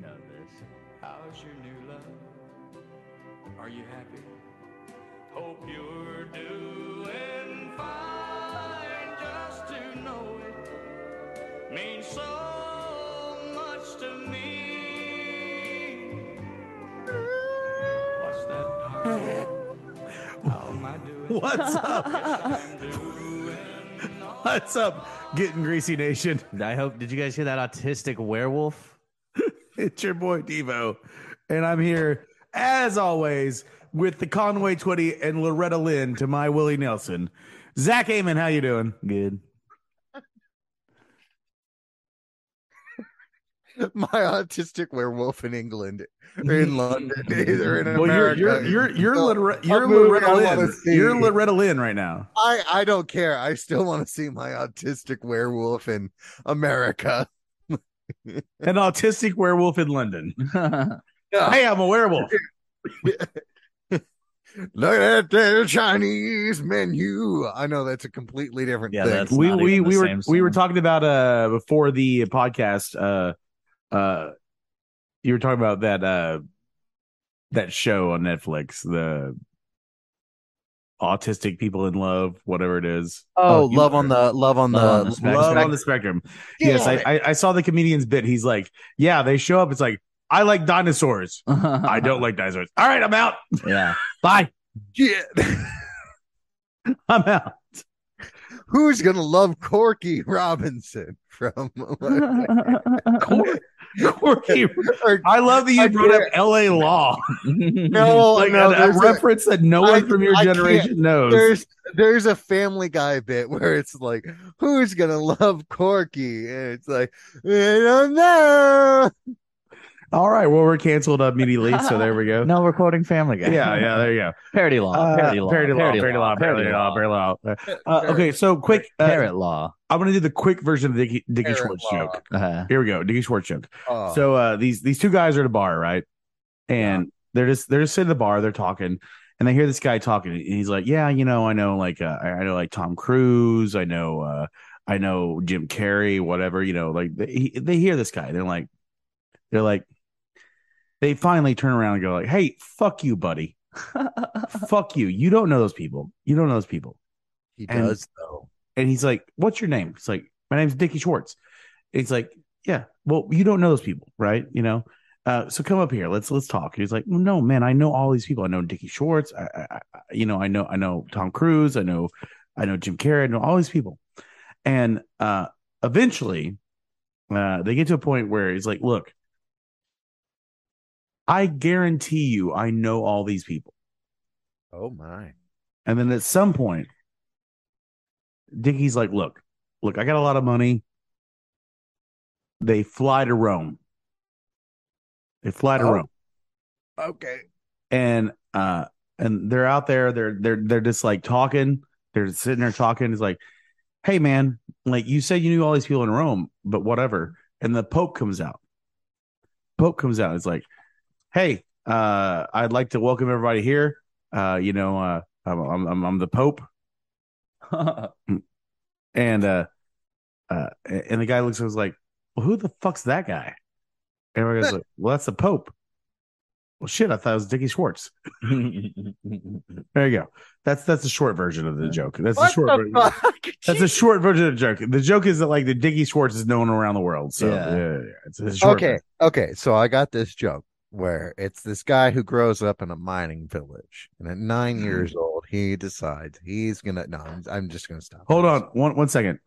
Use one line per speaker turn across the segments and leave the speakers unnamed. know this. How's your new love? Are you happy? Hope you're doing fine just to know it means so much to me. What's that, darling? How am I doing?
What's up?
I'm doing all
What's up? Getting greasy nation.
I hope. Did you guys hear that autistic werewolf?
It's your boy Devo, and I'm here as always with the Conway Twitty and Loretta Lynn to my Willie Nelson. Zach Amon, how you doing?
Good.
my autistic werewolf in England or in London or in
well,
America.
you're you're you're you're,
So,
Loretta, you're
a movie
Loretta
I wanna
Lynn.
see.
You're Loretta Lynn right now.
I I don't care. I still want to see my autistic werewolf in America.
An autistic werewolf in London.
Yeah.
hey, I'm a werewolf.
Look at the Chinese menu. I know that's a completely different
Yeah,
thing.
that's- It's
we
not
we
even the
we were
same
we were
song.
talking about uh before the podcast uh uh you were talking about that uh that show on Netflix the autistic people in love whatever it is
oh,
you
love
were-
on the love on the
Love on the Spectrum.
Uh, love on the spectrum yes I, I I saw the comedian's bit he's like yeah they show up it's like I like dinosaurs I don't like dinosaurs all right I'm out
Yeah.
Uh-huh. bye
Yeah.
I'm out
Who's gonna love Corky Robinson from
Cor- Corky
or
I love that you
I
brought up L.A. Law.
no,
like
no,
a- a,
there's a-
reference that no
I-
one from your
I can't-
generation knows.
there's there's a Family Guy bit where it's like, who's gonna love Corky? And it's like, I don't know.
All right, well, we're canceled immediately, so there we go.
no, we're quoting Family Guy.
Yeah, yeah, there you go.
Parody law.
Uh,
parody law.
parody law, parody law, parody law, parody law. Uh, okay, so quick. Uh,
Parrot law.
I'm gonna do the quick version of the Dickie, Dickie
Parrot
Schwartz
law.
joke.
Uh,
Here we go, Dickie Schwartz joke.
Oh,
So uh, these these two guys are at a bar, right? And they're just they're just sitting at the bar, they're talking, and they hear this guy talking, and he's like, "Yeah, you know, I know like uh, I I know like Tom Cruise, I know uh, I know Jim Carrey, whatever, you know." Like they he- they hear this guy, they're like, they're like, they finally turn around and go like, "Hey, fuck you, buddy, fuck you, you don't know those people, you don't know those people."
he
and-
does though.
And he's like, "What's your name?" It's like, "My name's Dickie Schwartz." And he's like, "Yeah, well, you don't know those people, right? You know, uh, so come up here. Let's let's talk." He's like, "No, man, I know all these people. I know Dickie Schwartz. I, I, I you know, I know, I know Tom Cruise. I know, I know Jim Carrey. I know all these people." And uh, eventually, uh, they get to a point where he's like, "Look, I guarantee you, I know all these people."
Oh my.
And then at some point, Dickie's like, look, look, I got a lot of money. They fly to Rome. They fly to
Oh.
Rome.
Okay.
And uh and they're out there, they're they're they're just like talking. They're sitting there talking. It's like, hey man, like you said you knew all these people in Rome, but whatever. And the Pope comes out. Pope comes out. It's like, hey, uh, I'd like to welcome everybody here. Uh, you know, uh, I'm, I'm I'm I'm the Pope. and uh, uh, and the guy looks and was like, "Well, who the fuck's that guy?" And everybody goes, like, "Well, that's the Pope." Well, shit, I thought it was Dickie Schwartz. There you go. That's that's the short version of the joke. That's the
What
short.
the
version.
fuck?
That's a short version of the joke. The joke is that like the Dickie Schwartz is known around the world. So
Yeah.
yeah, yeah, it's a short
okay. Okay. So I got this joke where it's this guy who grows up in a mining village, and at nine
Mm-hmm.
years old, he decides he's gonna. No, I'm, I'm just gonna stop.
Hold on one one second.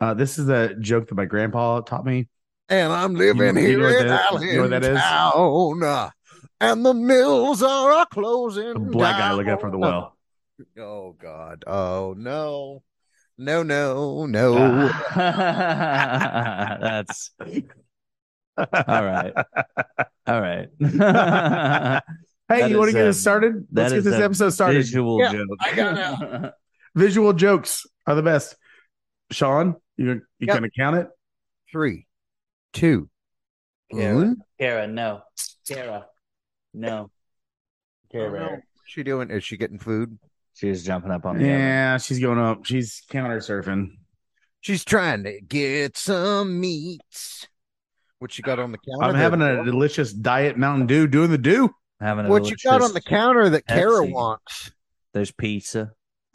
Uh, this is a joke that my grandpa taught me.
and I'm living
you know
here
what
in
that-
Allentown.
you know what that is?
uh, And the mills are a closing.
A black guy looking out
down.
for the well.
Oh God! Oh no! No! No! No!
Ah.
That's all right. All right. That
Hey,
That
you want to
is,
get us
um,
started? Let's get
is
this
a
episode started.
Visual
Yeah,
joke.
I gotta-
Visual jokes are the best. Sean, you you
Yep.
gonna count it?
Three, two,
Yeah.
one.
Kara, no. Kara, no.
Oh, no. What's she doing? Is she getting food?
She was jumping up on the oven.
Yeah, she's going up. She's counter surfing.
She's trying to get some meat. What you got on the counter?
I'm
there,
having
Bill?
a delicious diet Mountain Dew doing the do.
Having a
What you got on the
delicious-
counter that Kara
Pepsi.
wants?
There's pizza.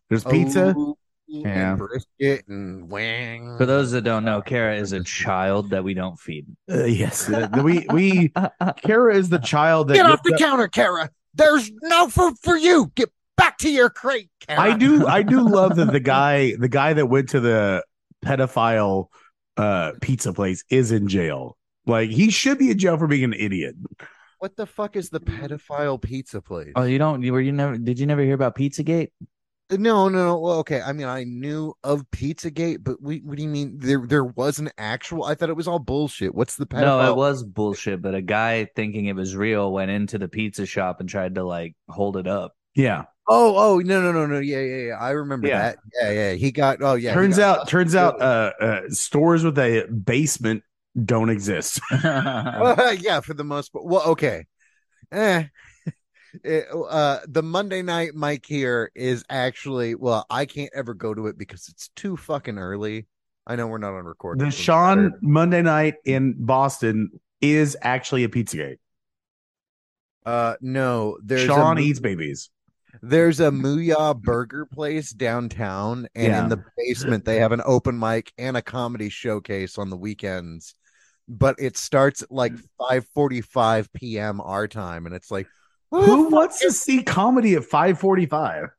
There's pizza.
Oh,
Yeah.
and brisket and wing.
For those that don't know, Kara is a child that we don't feed.
Uh, yes, uh, we we Kara is the child that
get off the
gets up-
counter, Kara. There's no food for you. Get back to your crate, Kara.
I do I do love that the guy the guy that went to the pedophile uh pizza place is in jail. Like he should be in jail for being an idiot.
What the fuck is the pedophile pizza place?
Uh,
Oh, you don't? You, were you never? Did you never hear about PizzaGate?
No, no, no. Well, okay. I mean, I knew of Pizzagate, but we, what do you mean? There, there was an actual. I thought it was all bullshit. What's the pedophile?
No, it was bullshit. But a guy thinking it was real went into the pizza shop and tried to like hold it up.
Yeah.
Oh, oh, no, no, no, no. Yeah, yeah, yeah. I remember
Yeah.
that. Yeah, yeah. He got. Oh, yeah. he
turns
got-
out turns out uh, uh stores with a basement don't exist. Um,
yeah, for the most part. Well, okay. Eh. It- uh, the Monday night mic here is actually well, I can't ever go to it because it's too fucking early. I know we're not on record.
The Sean Monday night in Boston is actually a Pizzagate.
Uh, no, there's
Sean
a, mo-
eats babies.
There's a Muya burger place downtown, and
Yeah.
in the basement, they have an open mic and a comedy showcase on the weekends. But it starts at like 5:45 p.m. our time, and it's like,
Who wants to see comedy at 545?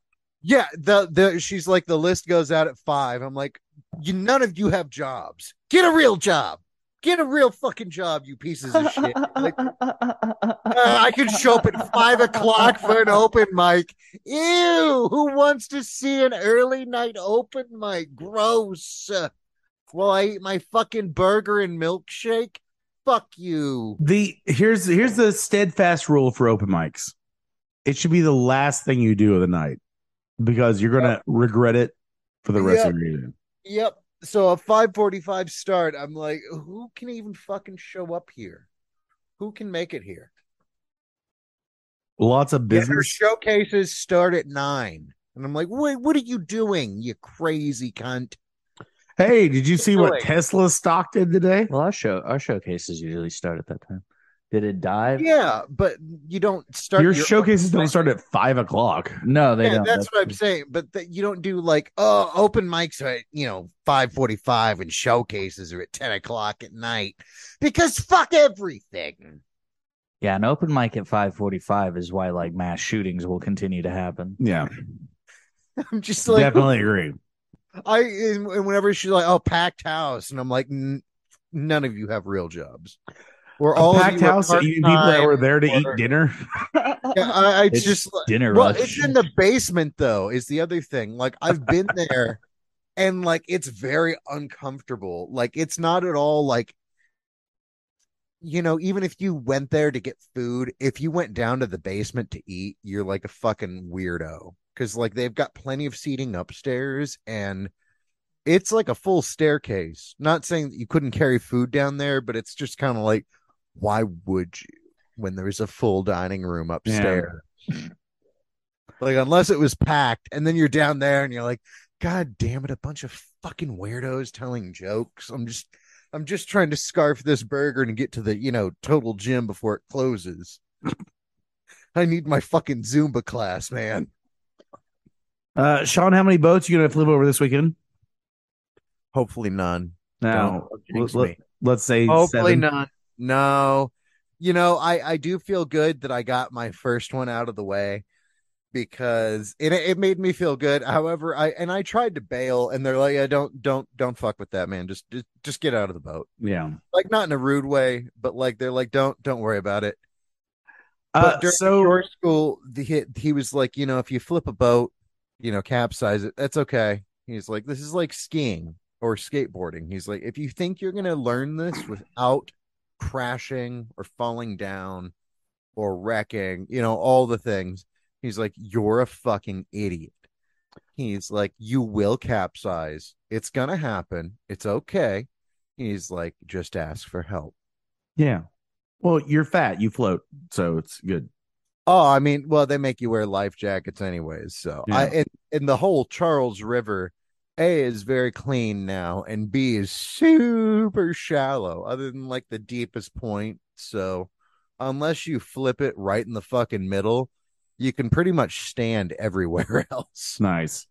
yeah, the the she's like the list goes out at five. I'm like, you none of you have jobs. Get a real job. Get a real fucking job, you pieces of shit. Like, Uh, I could show up at five o'clock for an open mic. Ew, who wants to see an early night open mic? Gross. Uh, while I eat my fucking burger and milkshake? Fuck you.
The here's here's the steadfast rule for open mics. It should be the last thing you do of the night because you're gonna regret it for the rest of your evening.
Yep. So a 545 start, I'm like, who can even fucking show up here? Who can make it here?
Lots of
Yeah, Their
business.
showcases start at nine. And I'm like, wait, what are you doing, you crazy cunt?
Hey, did you see what
Really?
Tesla stock did today?
well, our show our showcases usually start at that time. Did it dive?
Yeah, but you don't start
Your
open
showcases don't
mic
start at five o'clock.
No, they
yeah,
don't.
that's what I'm saying. But that you don't do like oh, open mics are at you know five forty five and showcases are at ten o'clock at night because fuck everything.
Yeah, an open mic at 5:45 is why like mass shootings will continue to happen.
Yeah,
I'm just like
definitely agree.
I and and whenever she's like oh packed house and I'm like "N- none of you have real jobs. We're
A
all of
packed
you are
house, you people that
part-time
were there to eat
or-
dinner.
Yeah, I, I
It's
just
dinner
Well,
rush.
it's in the basement though. Is the other thing. Like I've been there, and like it's very uncomfortable. Like it's not at all like, you know, even if you went there to get food, if you went down to the basement to eat, you're like a fucking weirdo because like they've got plenty of seating upstairs and. It's like a full staircase. Not saying that you couldn't carry food down there, but it's just kind of like, why would you when there's a full dining room upstairs? Like unless it was packed, and then you're down there and you're like, God damn it, a bunch of fucking weirdos telling jokes. I'm just I'm just trying to scarf this burger and get to the, you know, total gym before it closes. I need my fucking Zumba class, man.
Uh, Sean, how many boats you gonna flip over this weekend?
Hopefully none.
Now,
Don't jinx
let, let,
me.
let's say
Hopefully
seven.
not. No. You know, I I do feel good that I got my first one out of the way because it it made me feel good. However, I and I tried to bail and they're like, yeah, don't don't don't fuck with that, man. Just just, just get out of the boat.
Yeah.
Like not in a rude way, but like they're like, don't don't worry about it. But
Uh,
during
so
shore school, the, he, he was like, you know, if you flip a boat, you know, capsize it, that's okay. He's like, this is like skiing or skateboarding. He's like, if you think you're going to learn this without crashing or falling down or wrecking, you know, all the things, he's like, you're a fucking idiot. He's like, you will capsize. It's going to happen. It's okay. He's like, just ask for help.
yeah. Well, you're fat. You float, so it's good.
Oh, I mean, well, they make you wear life jackets anyways. So I and, and the whole Charles River A is very clean now, and B is super shallow, other than like the deepest point. So, unless you flip it right in the fucking middle, you can pretty much stand everywhere else.
Nice.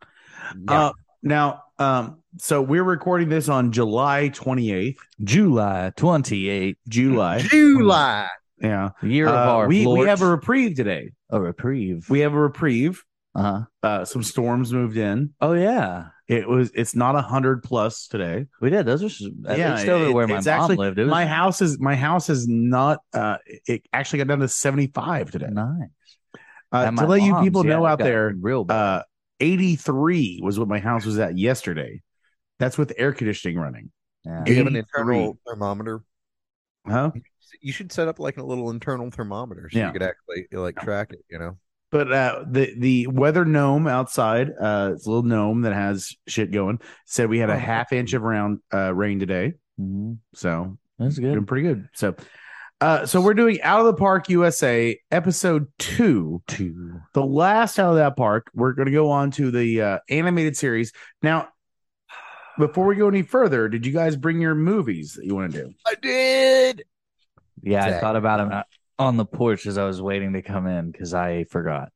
Yeah.
Uh, now, um, so we're recording this on July 28th,
July 28,
July.
July.
Yeah.
year of
Uh,
our
we, we
Lord-
have a reprieve today.
a reprieve.
We have a reprieve.
uh-huh.
Uh, some storms moved in.
Oh yeah,
It was. It's not a hundred plus today.
we did. Those are some, at
Yeah,
least over
it-
where my
it's
mom
actually-
lived. It was
My house is. My house is not. Uh, it actually got down to seventy five today.
nice.
Uh,
At
to
my
let you
mom's,
people
yeah,
know
it
out
got
there,
real bad.
uh, eighty three was what my house was at yesterday. That's with air conditioning running.
Yeah.
Do you have an
83.
internal thermometer?
Huh?
You should set up like a little internal thermometer so
Yeah.
you could actually like track it. You know,
But uh, the the weather gnome outside, uh, it's a little gnome that has shit going. Said we had
Oh.
a half inch of round uh, rain today,
Mhm.
so
That's good.
doing pretty good. So, uh, so we're doing Out of the Park USA episode two,
Two.
the last Out of that Park. We're going to go on to the uh, animated series now. Before we go any further, did you guys bring your movies that you want to do?
I did.
Yeah, I
Exactly.
thought about him uh, on the porch as I was waiting to come in because I forgot.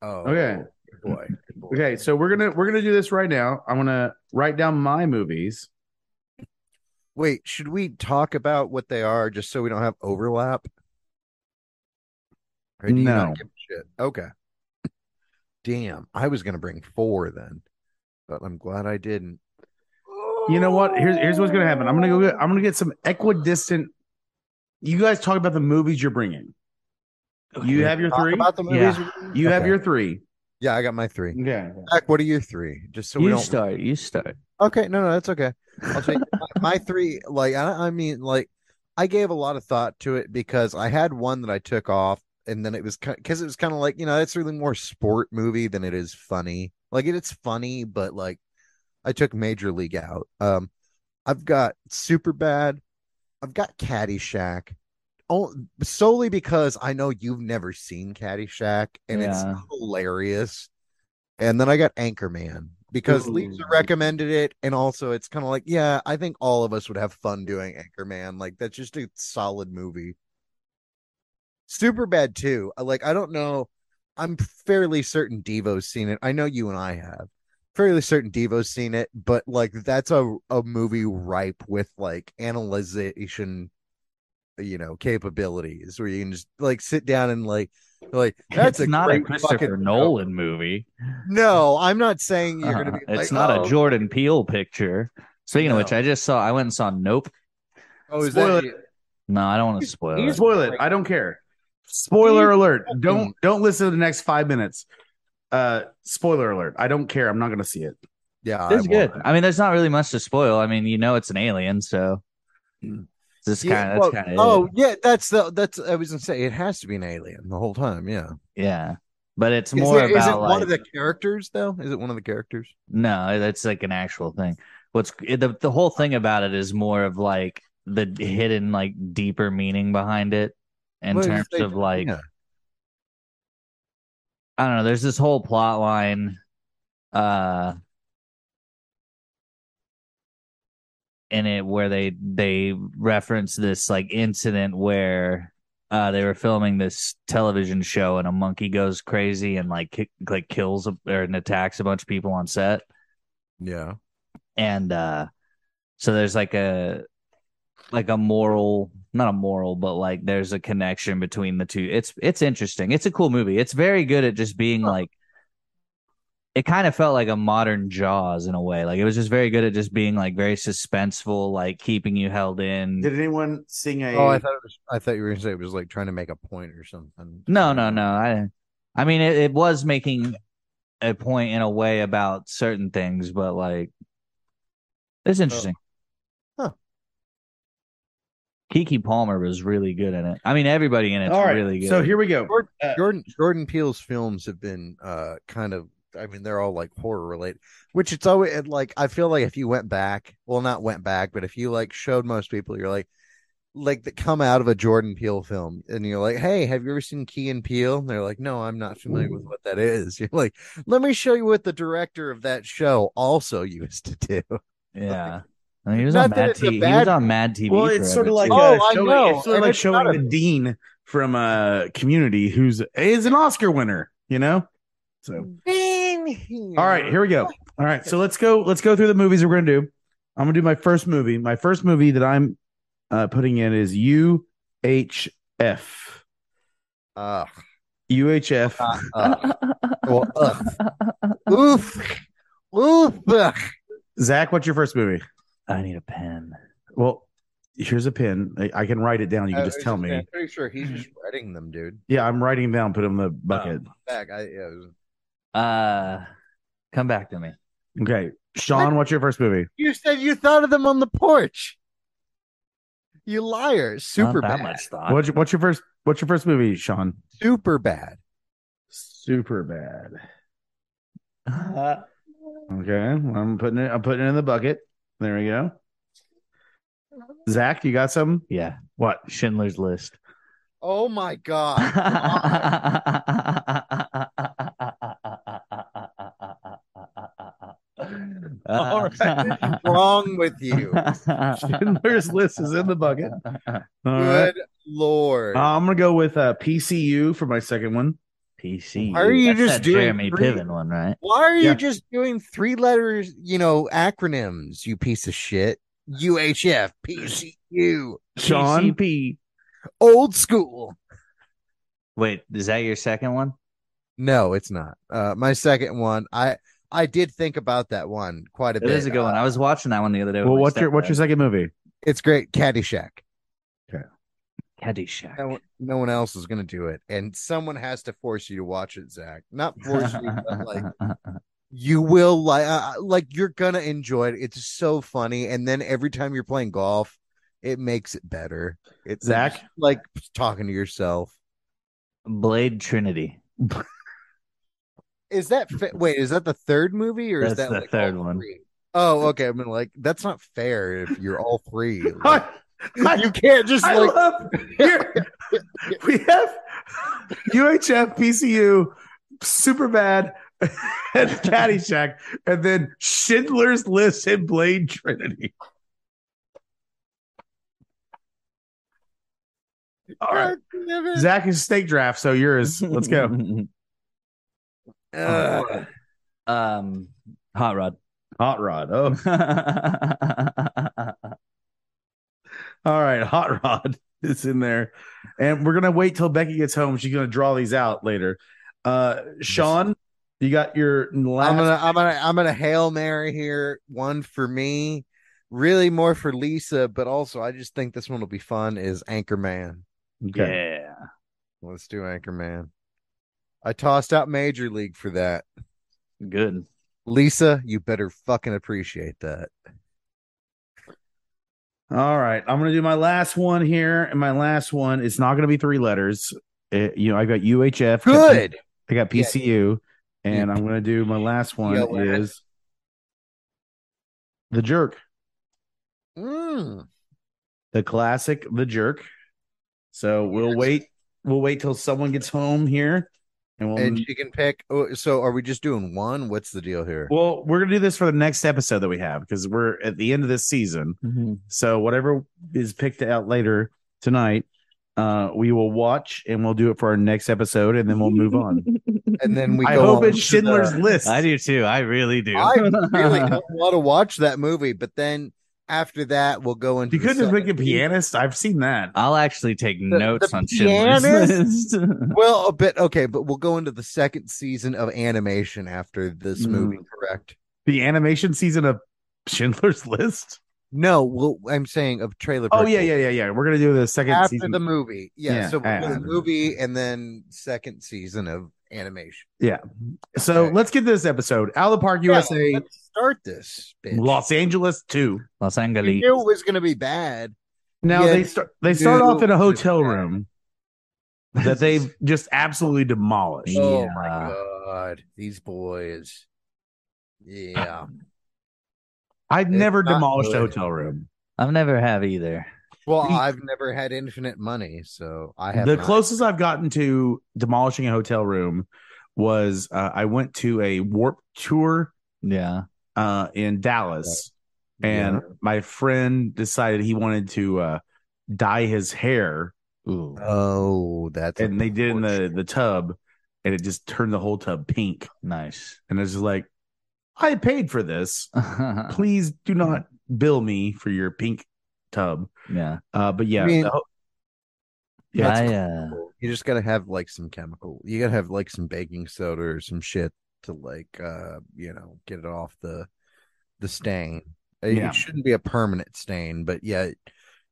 Oh,
Okay.
good boy. good boy.
Okay, so we're gonna we're gonna do this right now. I'm gonna write down my movies.
Wait, should we talk about what they are just so we don't have overlap? Or do you not
No.
give a shit? Okay. Damn, I was gonna bring four then, but I'm glad I didn't.
You know what? Here's here's what's gonna happen. I'm gonna go. Get, I'm gonna get some equidistant. You guys talk about the movies you're bringing. You have your
Talk
three.
about the movies. we-
You have
Okay.
your three.
Yeah, I got my three.
Okay.
Zach, what are your three? Just so we
you
don't.
start. You start.
Okay, no, no, that's okay. I'll take my, my three. Like, I, I mean, like, I gave a lot of thought to it because I had one that I took off, and then it was because it was kind of like you know that's really more sport movie than it is funny. Like, it, it's funny, but like, I took Major League out. Um, I've got Super Bad. I've got Caddyshack. Oh, solely because I know you've never seen Caddyshack, and it's
Yeah.
hilarious. And then I got Anchorman because
Ooh.
Lisa recommended it, and also it's kind of like, yeah, I think all of us would have fun doing Anchorman. Like that's just a solid movie. Super bad too. Like I don't know. I'm fairly certain Devo's seen it. I know you and I have. Fairly certain Devo's seen it, but like that's a a movie ripe with like analyzation, you know, capabilities where you can just like sit down and like like that's
That's
a
not a
great
Christopher
fucking-
Nolan movie.
No, I'm not saying you're gonna be.
Uh,
like,
it's not
"Oh,
a Jordan Peele picture. Speaking
No.
of which, I just saw. I went and saw Nope.
Oh, is
Spoiler.
that?
No, I don't want to spoil
You
it.
spoil it. Uh, I don't care. Spoiler alert. Don't don't listen to the next five minutes. Uh, spoiler alert. I don't care. I'm not gonna see it.
Yeah, I
It's good.
won't.
I mean, there's not really much to spoil. I mean, you know, it's an alien, so
Mm.
this
Yeah,
kind of
well,
that's kind of
oh yeah, that's the that's I was gonna say it has to be an alien the whole time. Yeah,
yeah. But it's
Is
more
it-
about
is it
like,
one of the characters though? Is it one of the characters?
No, that's like an actual thing. What's it- the the whole thing about it is more of like the hidden, like deeper meaning behind it in
What is
terms
they-
of like
yeah.
I don't know. There's this whole plot line, uh, in it where they they reference this like incident where uh they were filming this television show and a monkey goes crazy and like ki- like kills a, or and attacks a bunch of people on set
yeah,
and uh so there's like a like a moral not a moral but like there's a connection between the two it's it's interesting it's a cool movie it's very good at just being like it kind of felt like a modern jaws in a way like it was just very good at just being like very suspenseful like keeping you held in
Did anyone sing a?
Oh, I thought it was. I thought you were gonna say it was like trying to make a point or something.
no no no i i mean it, it was making a point in a way about certain things but like it's interesting
Huh.
kiki palmer was really good in it i mean everybody in it's
All right.
really good
So here we go.
Jordan,
Uh,
Jordan Jordan Peele's films have been uh kind of I mean they're all like horror related, which it's always it, like I feel like if you went back, well not went back, but if you like showed most people, you're like, like that come out of a Jordan Peele film, and you're like, "Hey, have you ever seen Key and Peele?" And they're like, "No, I'm not familiar with what that is." You're like, "Let me show you what the director of that show also used to do."
Yeah. I mean, he was
Not
on
that
Mad
it's a
TV. He
bad
was on Mad TV.
Well, it's sort of like
too.
uh,
Oh, I
showing,
know,
It's sort of
and
like
it's not
showing
a-
the dean from uh, Community, who's is an Oscar winner. You know. So all right, here we go. All right, so let's go. Let's go through the movies we're gonna do. I'm gonna do my first movie. My first movie that I'm uh, putting in is UHF.
Ugh.
UHF.
Ugh. Uh, Well, ugh. Oof. Oof. Ugh.
Zach, what's your first movie?
I need a pen.
Well, here's a pen. I, I can write it down. You can
I
just
was
tell
just-
me.
I'm pretty sure he's just writing them, dude.
Yeah, I'm writing it down. Put it in the bucket.
Back. I, yeah, it was-
Uh, come back to me.
Okay, Sean, what's your first movie?
You said you thought of them on the porch. You liar.
Not
Super
that
bad.
much thought.
What's your, what's your first? What's your first movie, Sean?
Super bad.
Super bad. Okay, I'm putting it. I'm putting it in the bucket. There we go. Zach, you got some?
yeah,
What?
Schindler's List.
Oh my god.
All
What's wrong with you?
Schindler's List is in the bucket. All right.
Good lord.
Uh, I'm gonna go with uh, PCU for my second one.
PC.
Why are you
That's
just
that
doing
Jeremy
three?
Piven one, right?
Why are you
yeah.
just doing three letters, you know, acronyms, you piece of shit? UHF, PCU,
Sean,
PCP.
old school.
Wait, is that your second one?
No, it's not. Uh, my second one, I I did think about that one quite a
It
bit.
is a good one.
Uh,
I was watching that one the other day. with
well,
my
what's your what's your second movie?
it's great, Caddyshack.
stepdad. Caddyshack?
No, no one else is going to do it, and someone has to force you to watch it, Zach. Not force you, but like you will like uh, like you're gonna enjoy it. It's so funny, and then every time you're playing golf, it makes it better. It's
Zach?
just like talking to yourself.
Blade Trinity.
Is that fa- wait? Is that the third movie, or is
That's
that
the
like,
third
all
one.
three? Oh, okay. I mean, like that's not fair if you're all three. Like,
I,
you can't just
I
like
love here- we have UHF, PCU, super bad. and Caddyshack, and then Schindler's List and Blade Trinity. All right,
God damn it.
Zach is snake draft, so yours. Let's go.
Ugh.
um, Hot Rod.
Hot Rod. Oh, all right, Hot Rod is in there, and we're gonna wait till Becky gets home. She's gonna draw these out later. Uh, Sean, you got your last.
I'm gonna I'm gonna I'm gonna hail Mary here. One for me, really more for Lisa, but also I just think this one will be fun. Is Anchorman.
Okay.
Yeah.
Let's do Anchorman. I tossed out Major League for that.
Good.
Lisa, you better fucking appreciate that.
All right, I'm gonna do my last one here, and my last one it's not gonna be three letters. It- you know, I got UHF.
Good.
I got
Yeah.
PCU, and I'm gonna do my last one
Yo, man.
is the jerk, Um,
Mm.
the classic, the jerk. So we'll wait. We'll wait till someone gets home here, and we'll.
And she can pick. Oh, so are we just doing one? What's the deal here?
well, we're gonna do this for the next episode that we have because we're at the end of this season. So whatever is picked out later tonight, uh, we will watch and we'll do it for our next episode, and then we'll move on.
And then we
I
go
hope
on
it's
to
Schindler's
the-
List.
I do too. I really do.
Uh, I really don't want to watch that movie, but then after that, we'll go into
You
the
couldn't just
second
make a pianist. I've seen that.
I'll actually take notes
the
on Schindler's
pianist?
List.
Well, a bit okay, but we'll go into the second season of animation after this
Mm.
movie, correct?
The animation season of Schindler's List.
No, well, I'm saying of trailer.
Oh
Park
yeah,
Boys.
yeah, yeah, yeah. We're gonna do the second
after
season.
the movie. Yeah,
Yeah,
so we'll do
yeah.
the movie and then second season of animation.
so
okay.
let's get this episode out of the park, USA,
Yeah, let's start this. Bitch.
Los Angeles two.
Los
You
Angeles.
knew it was going to be bad.
Now
Yeah,
they start. They start
dude.
off in a hotel room that they've just absolutely demolished.
Oh
Yeah.
my god, these boys. Yeah,
I've
It's
never
not
demolished a
good.
hotel room.
I've never have either.
Well,
The-
I've never had infinite money, so I have
the
not.
closest I've gotten to demolishing a hotel room was uh, I went to a warp tour
Yeah.
uh, in Dallas, and my friend decided he wanted to uh, dye his hair,
Ooh.
Yeah. Oh, that's
and they did it in the
unfortunate.
the tub, and it just turned the whole tub pink.
Nice.
And I was just like, I paid for this. Please do not bill me for your pink tub.
yeah.
Uh, but yeah,
I mean,
the ho-
Yeah.
yeah,
I, uh,
You just gotta have like some chemical. You gotta have like some baking soda or some shit to like uh you know get it off the the stain. Uh, It,
Yeah.
it shouldn't be a permanent stain, but yeah,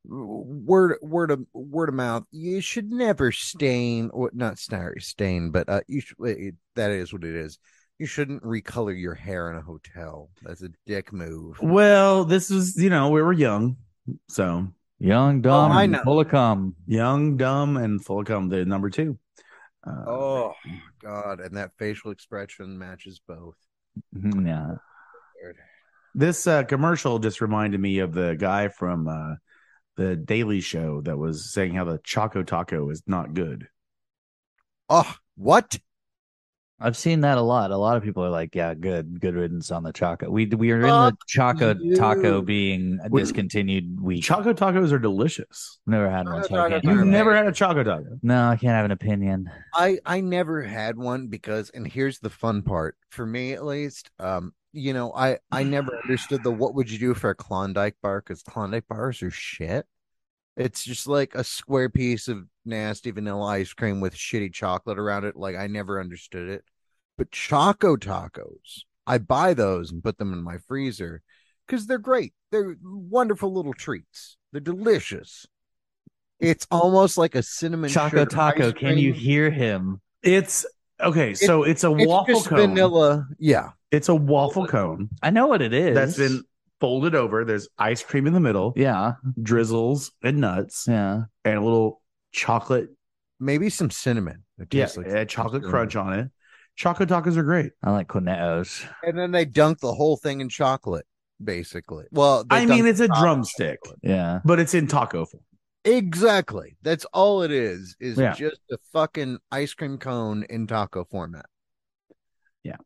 word word of word of mouth. You should never stain or not stain stain, but uh you should, it, that is what it is. You shouldn't recolor your hair in a hotel. That's a dick move.
well, this was you know we were young, so
young, dumb,
Oh, I
and
know.
full of cum.
Young, dumb, and full of cum. The number two. Uh,
Oh god, and that facial expression matches both.
Mhm, Yeah.
This uh, commercial just reminded me of the guy from uh, the Daily Show that was saying how the Choco Taco is not good.
Oh, what?
I've seen that a lot. A lot of people are like, "Yeah, good, good riddance on the choco." We we are in the
Fuck
choco
you.
taco being
We-
discontineed week.
Choco Tacos are delicious.
never had one.
Choco
So I can't
Taco
You've
They're
have-
never had a
amazing.
Choco Taco.
no, I can't have an opinion.
I I never had one because and here's the fun part for me at least um you know I I never understood the what would you do for a Klondike bar cuz Klondike bars are shit. It's just like a square piece of nasty vanilla ice cream with shitty chocolate around it like I never understood it. But Choco Tacos, I buy those and put them in my freezer cuz they're great. They're wonderful little treats. They're delicious. It's almost like a cinnamon
Choco
sugar
taco.
ice
Can you
cream.
hear him?
It's okay. So it's a
It's
waffle
just
cone.
vanilla. Yeah.
It's a waffle cone
I know what it is.
that's been folded over. There's ice cream in the middle,
yeah,
drizzles and nuts,
yeah.
and a little chocolate.
Maybe some cinnamon. It
Yeah,
tastes like
a chocolate
cinnamon.
crunch on it. Choco Tacos are great.
I like cornetos.
And then they dunk the whole thing in chocolate, basically. Well, they
I mean,
dunk
it's a
the top in
drumstick.
chocolate.
Yeah,
but it's in taco form.
Exactly. That's all it is, is
Yeah.
just a fucking ice cream cone in taco format.
Yeah.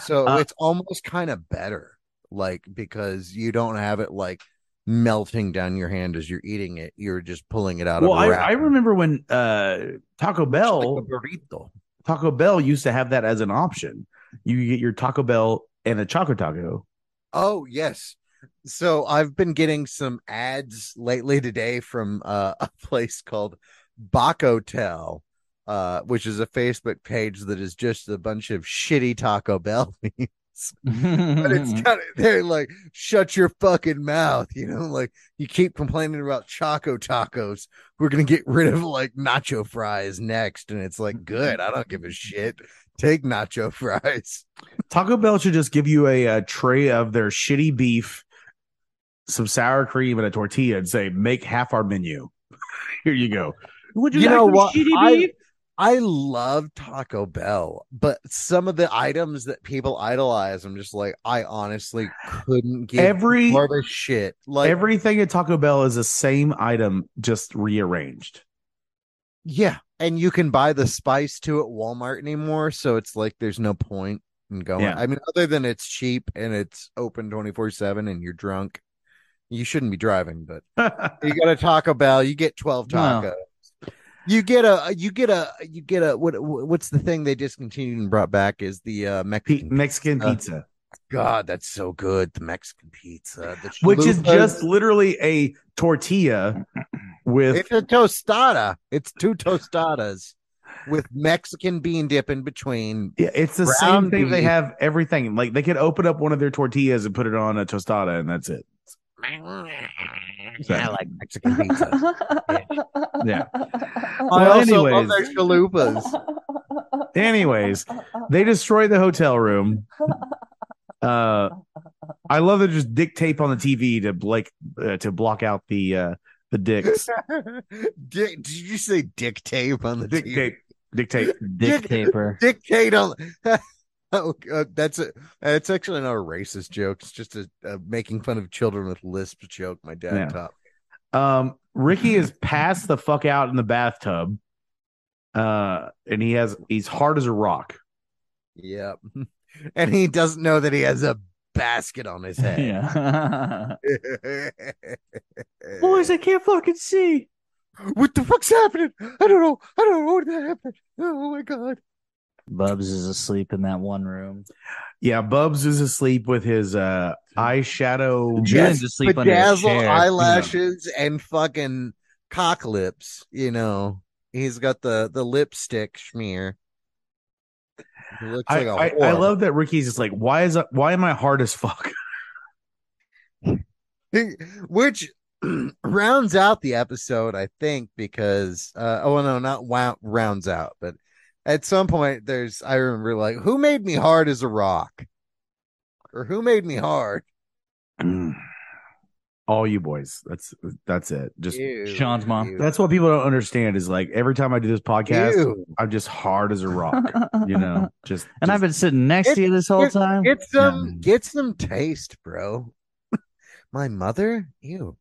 So
Uh,
it's almost kind of better, like, because you don't have it like melting down your hand as you're eating it. You're just pulling it out
Well,
of
I,
a wrap.
I remember when uh, Taco
It's
Bell
like a burrito.
Taco Bell used to have that as an option. You get your Taco Bell and a Choco Taco.
Oh, yes. So I've been getting some ads lately today from uh, a place called Bacotel, uh, which is a Facebook page that is just a bunch of shitty Taco Bell. but it's
Mm-hmm.
kind of they're like, shut your fucking mouth, you know, like you keep complaining about Choco Tacos. We're gonna get rid of like nacho fries next, and it's like, good. I don't give a shit. Take nacho fries.
Taco Bell should just give you a, a tray of their shitty beef, some sour cream, and a tortilla, and say, "Make half our menu." Here you go. Would
You know
some
what?
shitty
I-
beef?
I love Taco Bell, but some of the items that people idolize, I'm just like, I honestly couldn't give
Every-
more of a shit. Like,
Everything at Taco Bell is the same item, just rearranged.
yeah, and you can buy the spice to at Walmart anymore, so it's like there's no point in going.
Yeah.
I mean, other than it's cheap and it's open 24 seven, and you're drunk, you shouldn't be driving. But you got a Taco Bell, you get 12 tacos.
Wow.
You get a, you get a, you get a. What, what's the thing they discontinued and brought back is the uh,
Pe-
Mexican
Mexican
Uh,
pizza.
God, that's so good. The Mexican pizza, the
which is
chalupas.
just literally a tortilla with
it's a tostada. It's two tostadas with Mexican bean dip in between.
yeah, it's the
Brown
same thing they
beef.
have everything like they could open up one of their tortillas and put it on a tostada and that's it
I like Mexican pizza.
yeah
I
Well,
also love
anyways.
their chalupas.
anyways they destroy the hotel room uh i love that there's dick tape on the tv to like uh, to block out the uh the dicks
Dick, did you say dick tape on the
dick
TV?
tape dick tape
dick taper.
Dick tape on. Oh, uh, that's a. That's actually not a racist joke. It's just a, a making fun of children with lisps joke. My dad
Yeah.
taught.
Um, Ricky is passed the fuck out in the bathtub. Uh, and he has he's hard as a rock.
Yep. And he doesn't know that he has a basket on his head.
Yeah.
Boys,
I can't fucking see.
what the fuck's happening? I don't know. I don't know what that happened. Oh my god.
Bubs is asleep in that one room.
Yeah, Bubs is asleep with his uh eyeshadow.
Jim
Yes,
just sleep under his
bedazzled
chair.
eyelashes and fucking cock lips. You know, he's got the the lipstick smear. He looks
I,
like a
I-
whore.
I love that Ricky's just like, why is why am I hard as fuck?
which rounds out the episode, I think, because uh, oh no, not wow, rounds out, but at some point there's I remember like who made me hard as a rock, or who made me hard. Mm.
All you boys. That's that's it. Just
Ew,
Sean's mom.
ew,
that's what people don't understand is like every time I do this podcast,
ew.
I'm just hard as a rock. you know, just
And I've been sitting next to you this whole
Get-
time.
Get some,
Yeah.
get some taste, bro. My mother, ew.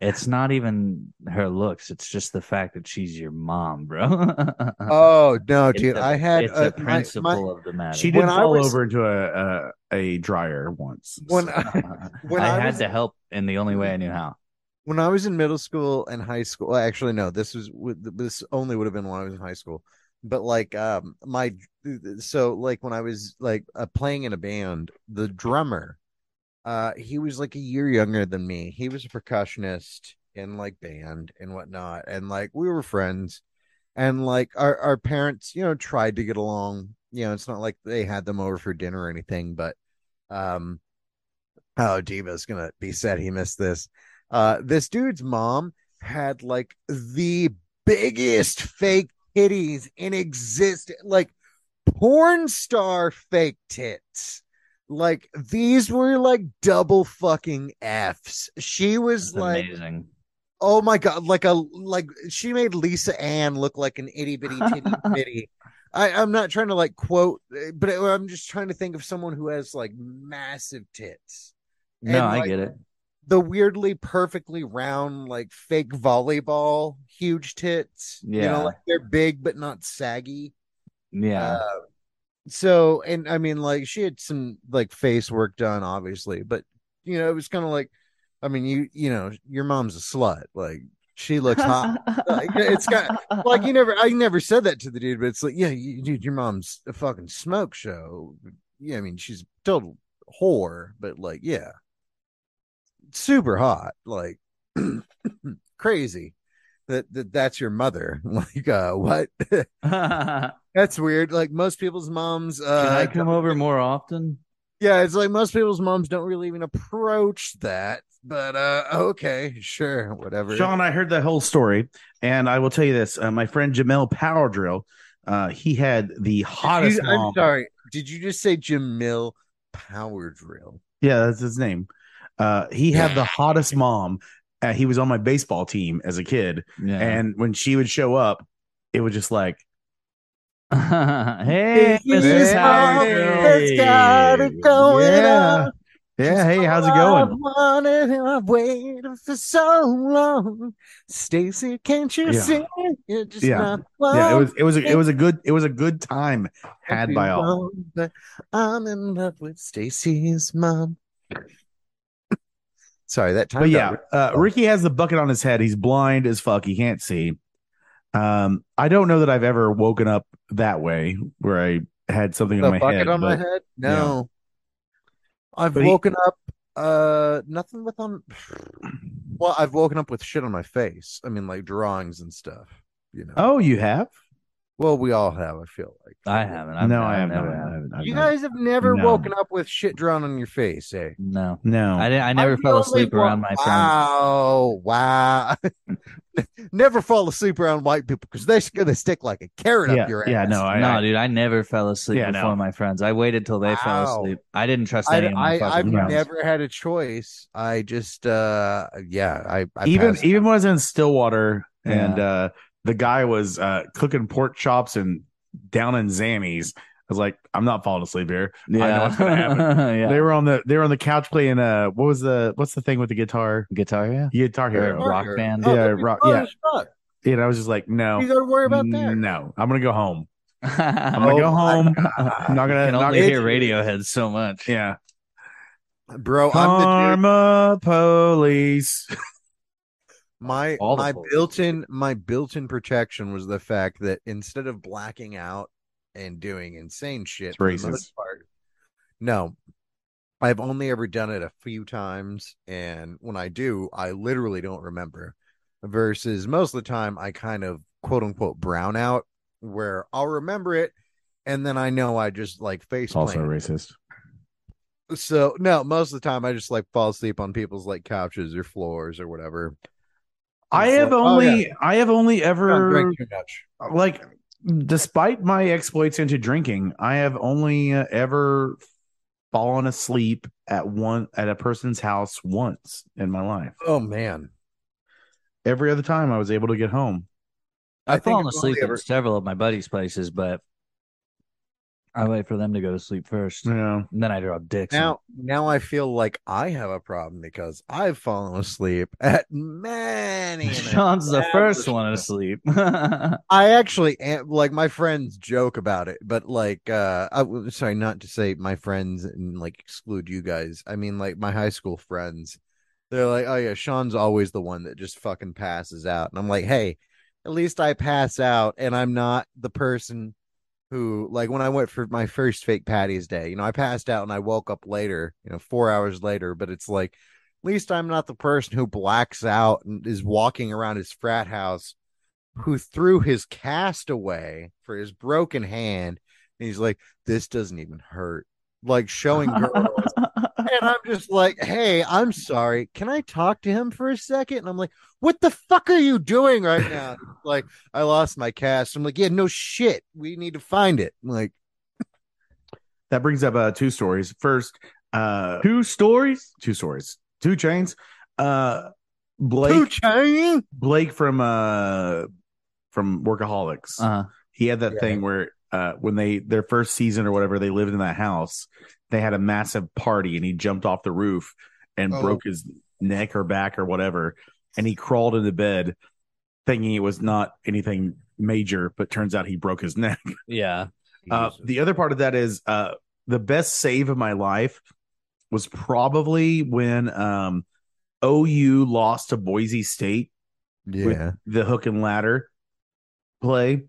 It's not even her looks. It's just the fact that she's your mom, bro.
Oh no,
It's
dude!
a-
I had
it's
uh,
a
my-
principle
my-
of the matter.
She did
When I
fall
was-
over into a, a a dryer once.
when
So-
I, when
I,
I
had
was-
to help in the only way I knew how.
when I was in middle school and high school. well, Actually, no, this was with- this only would have been when I was in high school. But like, um, my so like when I was like uh, playing in a band, the drummer, uh, he was like a year younger than me. He was a percussionist in like band and whatnot, and like we were friends, and like our our parents, you know, tried to get along. You know, it's not like they had them over for dinner or anything, but um, oh, Diva's gonna be sad he missed this uh this dude's mom had like the biggest fake titties in existence like porn star fake tits like these were like double fucking f's she was
It's
like
amazing.
oh my god like a like she made lisa ann look like an itty bitty titty bitty I, I'm not trying to like quote, eh, but I'm just trying to think of someone who has like massive tits
No,
like,
I get it.
the weirdly perfectly round like fake volleyball huge tits you
Yeah.
know like they're big but not saggy
Yeah.
Uh, so and i mean like she had some like face work done obviously but you know it was kind of like i mean you you know your mom's a slut like she looks hot Like, it's got- like you never i never said that to the dude but it's like yeah you, dude your mom's a fucking smoke show yeah i mean she's a total whore but like yeah super hot like crazy that, that that's your mother like uh what
Can
that's weird like most people's moms uh
I come over more often?
yeah it's like most people's moms don't really even approach that but uh okay sure whatever
Sean, I heard the whole story, and I will tell you this: uh, my friend Jamel Power Drill, uh, he had the
Did
hottest.
you- i'm
mom-
sorry did you just say jamil power drill
Yeah, that's his name. Uh, he had the hottest mom. Uh, he was on my baseball team as a kid,
Yeah.
and when she would show up, it was just like
hey,
He's
Mrs.
got
Howard.
it,
Girl.
he's got it going
Yeah.
on.
Yeah, hey, how's it
I've
going?
wanted and I've waited for so long. Stacy, can't you
Yeah.
see? You're just
Yeah.
not
Yeah, it
one
was it was a, it was a good it was a good time had
to
by all.
one, but I'm in love with Stacy's mom. Sorry, that time.
But
got
yeah,
re-
uh, Ricky has the bucket on his head. He's blind as fuck. He can't see. Um, I don't know that I've ever woken up that way where I had something
the
on my
bucket
head.
on my
but-
head. No, I've
But he-
woken up. Uh, nothing with on. Well, I've woken up with shit on my face. I mean, like drawings and stuff. You know.
Oh, you have?
Well, we all have. I feel like
I haven't. I've,
no,
I've
I haven't. I haven't,
Never
I
had.
haven't, I've
You
never-
guys have never
No.
woken up with shit drawn on your face, eh?
No.
no.
I, didn't, I never
I'm the
fell
only
asleep
one-
around my friends.
Wow, wow! never fall asleep around white people because they're gonna stick like a carrot
yeah,
up your ass.
yeah, no, I,
no,
I-
dude, I never fell asleep
Yeah, no.
before my friends. I waited till they
Wow.
fell asleep. I didn't trust
I,
any of my
I, I've
fucking friends.
never had a choice. I just, uh, yeah, I, I
even
passed.
even when I was in Stillwater
Yeah.
and uh, the guy was uh, cooking pork chops and down in Zannies, was like, I'm not falling asleep here.
Yeah.
I know what's gonna happen.
yeah.
They were on the they were on the couch playing uh what was the what's the thing with the guitar?
Guitar, yeah.
Guitar
Or
hero.
rock band.
Yeah,
that'd Oh, be
rock-
fun
yeah.
as fuck.
And I was just like, no. Mm.
You gotta worry about that.
No, I'm gonna go home. I'm
I'm
gonna go
Oh my
home.
God.
I'm not gonna.
can
not
only
gonna-
hear Radiohead so much.
Yeah.
Bro, I'm the dude.
Karma police.
My
All the
my
photos.
built-in my built-in protection was the fact that instead of blacking out and doing insane shit,
It's
for the most
racist.
part, no, I've only ever done it a few times, and when I do, I literally don't remember. Versus most of the time, I kind of quote unquote brown out, where I'll remember it, and then I know I just like face
It's also
planted.
racist.
So no, most of the time I just like fall asleep on people's like couches or floors or whatever.
I
It's
have
like, oh, yeah.
only. I have only
Don't
ever
drink too much.
like, despite my exploits into drinking, I have only uh, ever fallen asleep at one at a person's house once in my life.
Oh man.
Every other time, I was able to get home.
I've
think
fallen
I've
asleep
only ever-
at several of my buddies' places, but I wait for them to go to sleep first.
You know,
And then I drop dicks. and-
Now now I feel like I have a problem because I've fallen asleep at many.
Sean's the first one to sleep. yeah,
I actually am like my friends joke about it, but like uh I w- sorry not to say my friends and like exclude you guys. I mean like my high school friends. They're like, "Oh yeah, Sean's always the one that just fucking passes out." And I'm like, "Hey, at least I pass out and I'm not the person who like when I went for my first fake Patty's Day, you know, I passed out and I woke up later, you know, 4 hours later, but it's like at least I'm not the person who blacks out and is walking around his frat house who threw his cast away for his broken hand. And he's like, this doesn't even hurt. Like showing girls. and I'm just like, hey, I'm sorry. Can I talk to him for a second? And I'm like, what the fuck are you doing right now? And he's like, I lost my cast. I'm like, yeah, no shit. We need to find it. I'm like,
that brings up uh, two stories. First, uh, two stories. Two stories. Two chains. Uh, Blake.
"Pooh Chang?"
Blake from uh from Workaholics.
uh,
he had that thing where uh when they their first season or whatever they lived in that house, they had a massive party and he jumped off the roof and
Oh.
broke his neck or back or whatever and he crawled into bed thinking it was not anything major but turns out he broke his neck.
yeah.
Uh, the other part of that is uh, the best save of my life was probably when um, OU lost to Boise State
Yeah.
the hook and ladder play.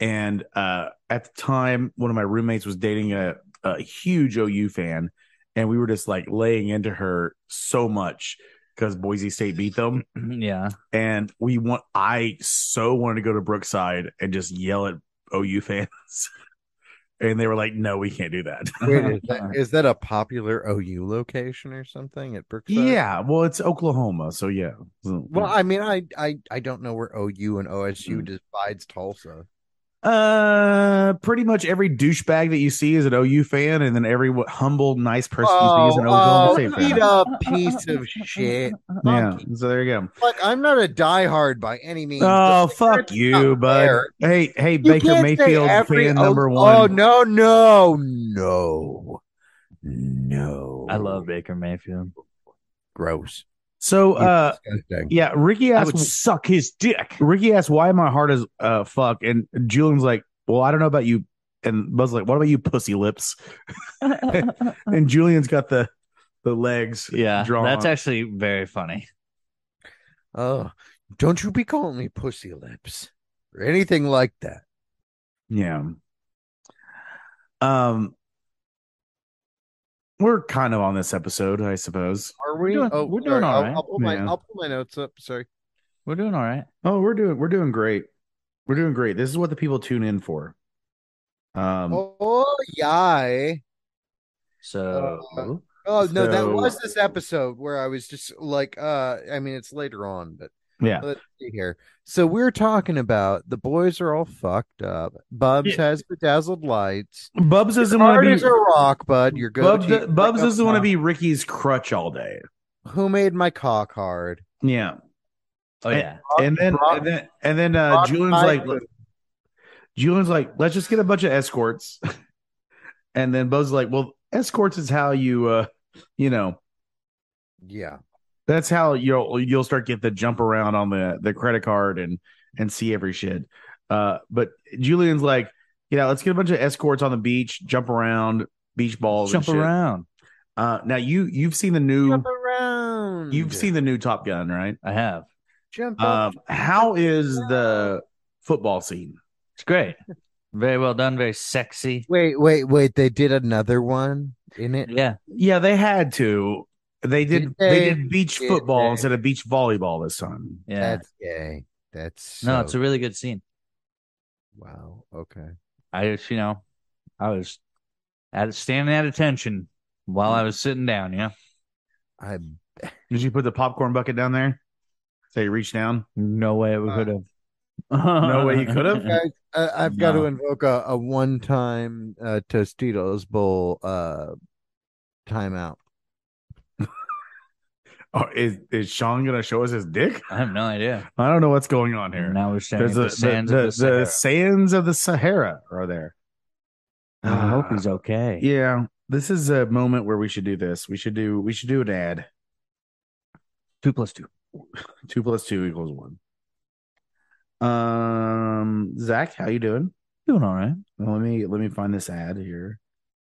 And uh, at the time, one of my roommates was dating a, a huge OU fan, and we were just like laying into her so much because Boise State beat them.
Yeah.
And we want, I so wanted to go to Brookside and just yell at OU fans. and they were like, no, we can't do that.
Wait, is that, is that a popular OU location or something at Brookside? Hmm.
yeah. Well, it's Oklahoma. So, yeah. So-
Well, I mean, I, I I don't know where OU and OSU divides Tulsa.
Uh, pretty much every douchebag that you see is an OU fan, and then every w- humble, nice person you see is an Oklahoma State fan.
Oh, eat a piece of shit!
Yeah,
Fuck,
so there you go.
Like, I'm not a diehard by any means.
Oh,
but, like,
fuck
it's
you,
not
bud.
fair.
Hey, hey,
You
Baker
can't say
Mayfield
every
fan
O-
number
Oh
one.
no, no, no, no!
I love Baker Mayfield.
gross.
So, uh,
Disgusting.
yeah, Ricky asked,
suck his dick.
Ricky asked, why my heart is uh fuck, and Julian's like, well, I don't know about you, and Buzz like, what about you, pussy lips? And Julian's got the the legs.
yeah.
drawn.
That's actually very funny.
Oh, don't you be calling me pussy lips or anything like that.
Yeah. Um we're kind of on this episode, I suppose.
Are we?
doing-
oh,
we're doing
sorry.
all
I'll-
right.
I'll pull my
Yeah.
I'll pull my notes up. Sorry.
We're doing all right.
Oh, we're doing we're doing great. We're doing great. This is what the people tune in for. Um
Oh yeah.
So,
Uh, Oh no, that
So-
was this episode where I was just like, uh, I mean, it's later on, but
Yeah.
let's see here. So we we're talking about the boys are all fucked up. Bubs has bedazzled lights.
Bubs doesn't want
Hard
to
as
be
a rock, bud. You're good.
Bubs, uh, Bubs doesn't want to be Ricky's crutch all day.
Who made my cock hard?
Yeah.
oh yeah.
And then
Brock-
and then and then uh
Brock
Julian's like
Lesnar.
Julian's like, let's just get a bunch of escorts And then Bo's like, well, escorts is how you, uh, you know,
Yeah.
that's how you'll you'll start get the jump around on the the credit card and and see every shit. Uh, but Julian's like, you know, let's get a bunch of escorts on the beach, jump around, beach balls,
Jump
and shit.
around.
Uh, now you you've seen the new
around.
you've seen the new Top Gun, right?
I have.
jump up.
Um, how is the football scene?
It's great. Very well done. Very sexy.
Wait, wait, wait. They did another one in it.
Yeah.
Yeah, they had to. They did.
Did
they,
they?
did beach
Did
football
they?
instead of beach volleyball this time.
Yeah.
That's gay. That's
no,
so-
it's a really good scene.
wow. Okay.
I just, you know, I was at standing at attention while I was sitting down. Yeah.
I
Did you put the popcorn bucket down there? So you reach down.
No way we could have.
No way you could have?
guys, uh, I've got to
No.
invoke a, a one-time uh, Tostitos bowl uh, timeout.
Oh, is is Sean gonna show us his dick?
I have no idea.
I don't know what's going on here.
Now we're standing
There's
at
a-
the
the,
sands
the-
of the,
the
Sahara.
sands of the Sahara are there.
I hope he's okay.
Yeah, this is a moment where we should do this. We should do we should do an ad.
Two plus two.
Two plus two equals one. Um, Zach, how you doing?
Doing all right.
Well, let me let me find this ad here.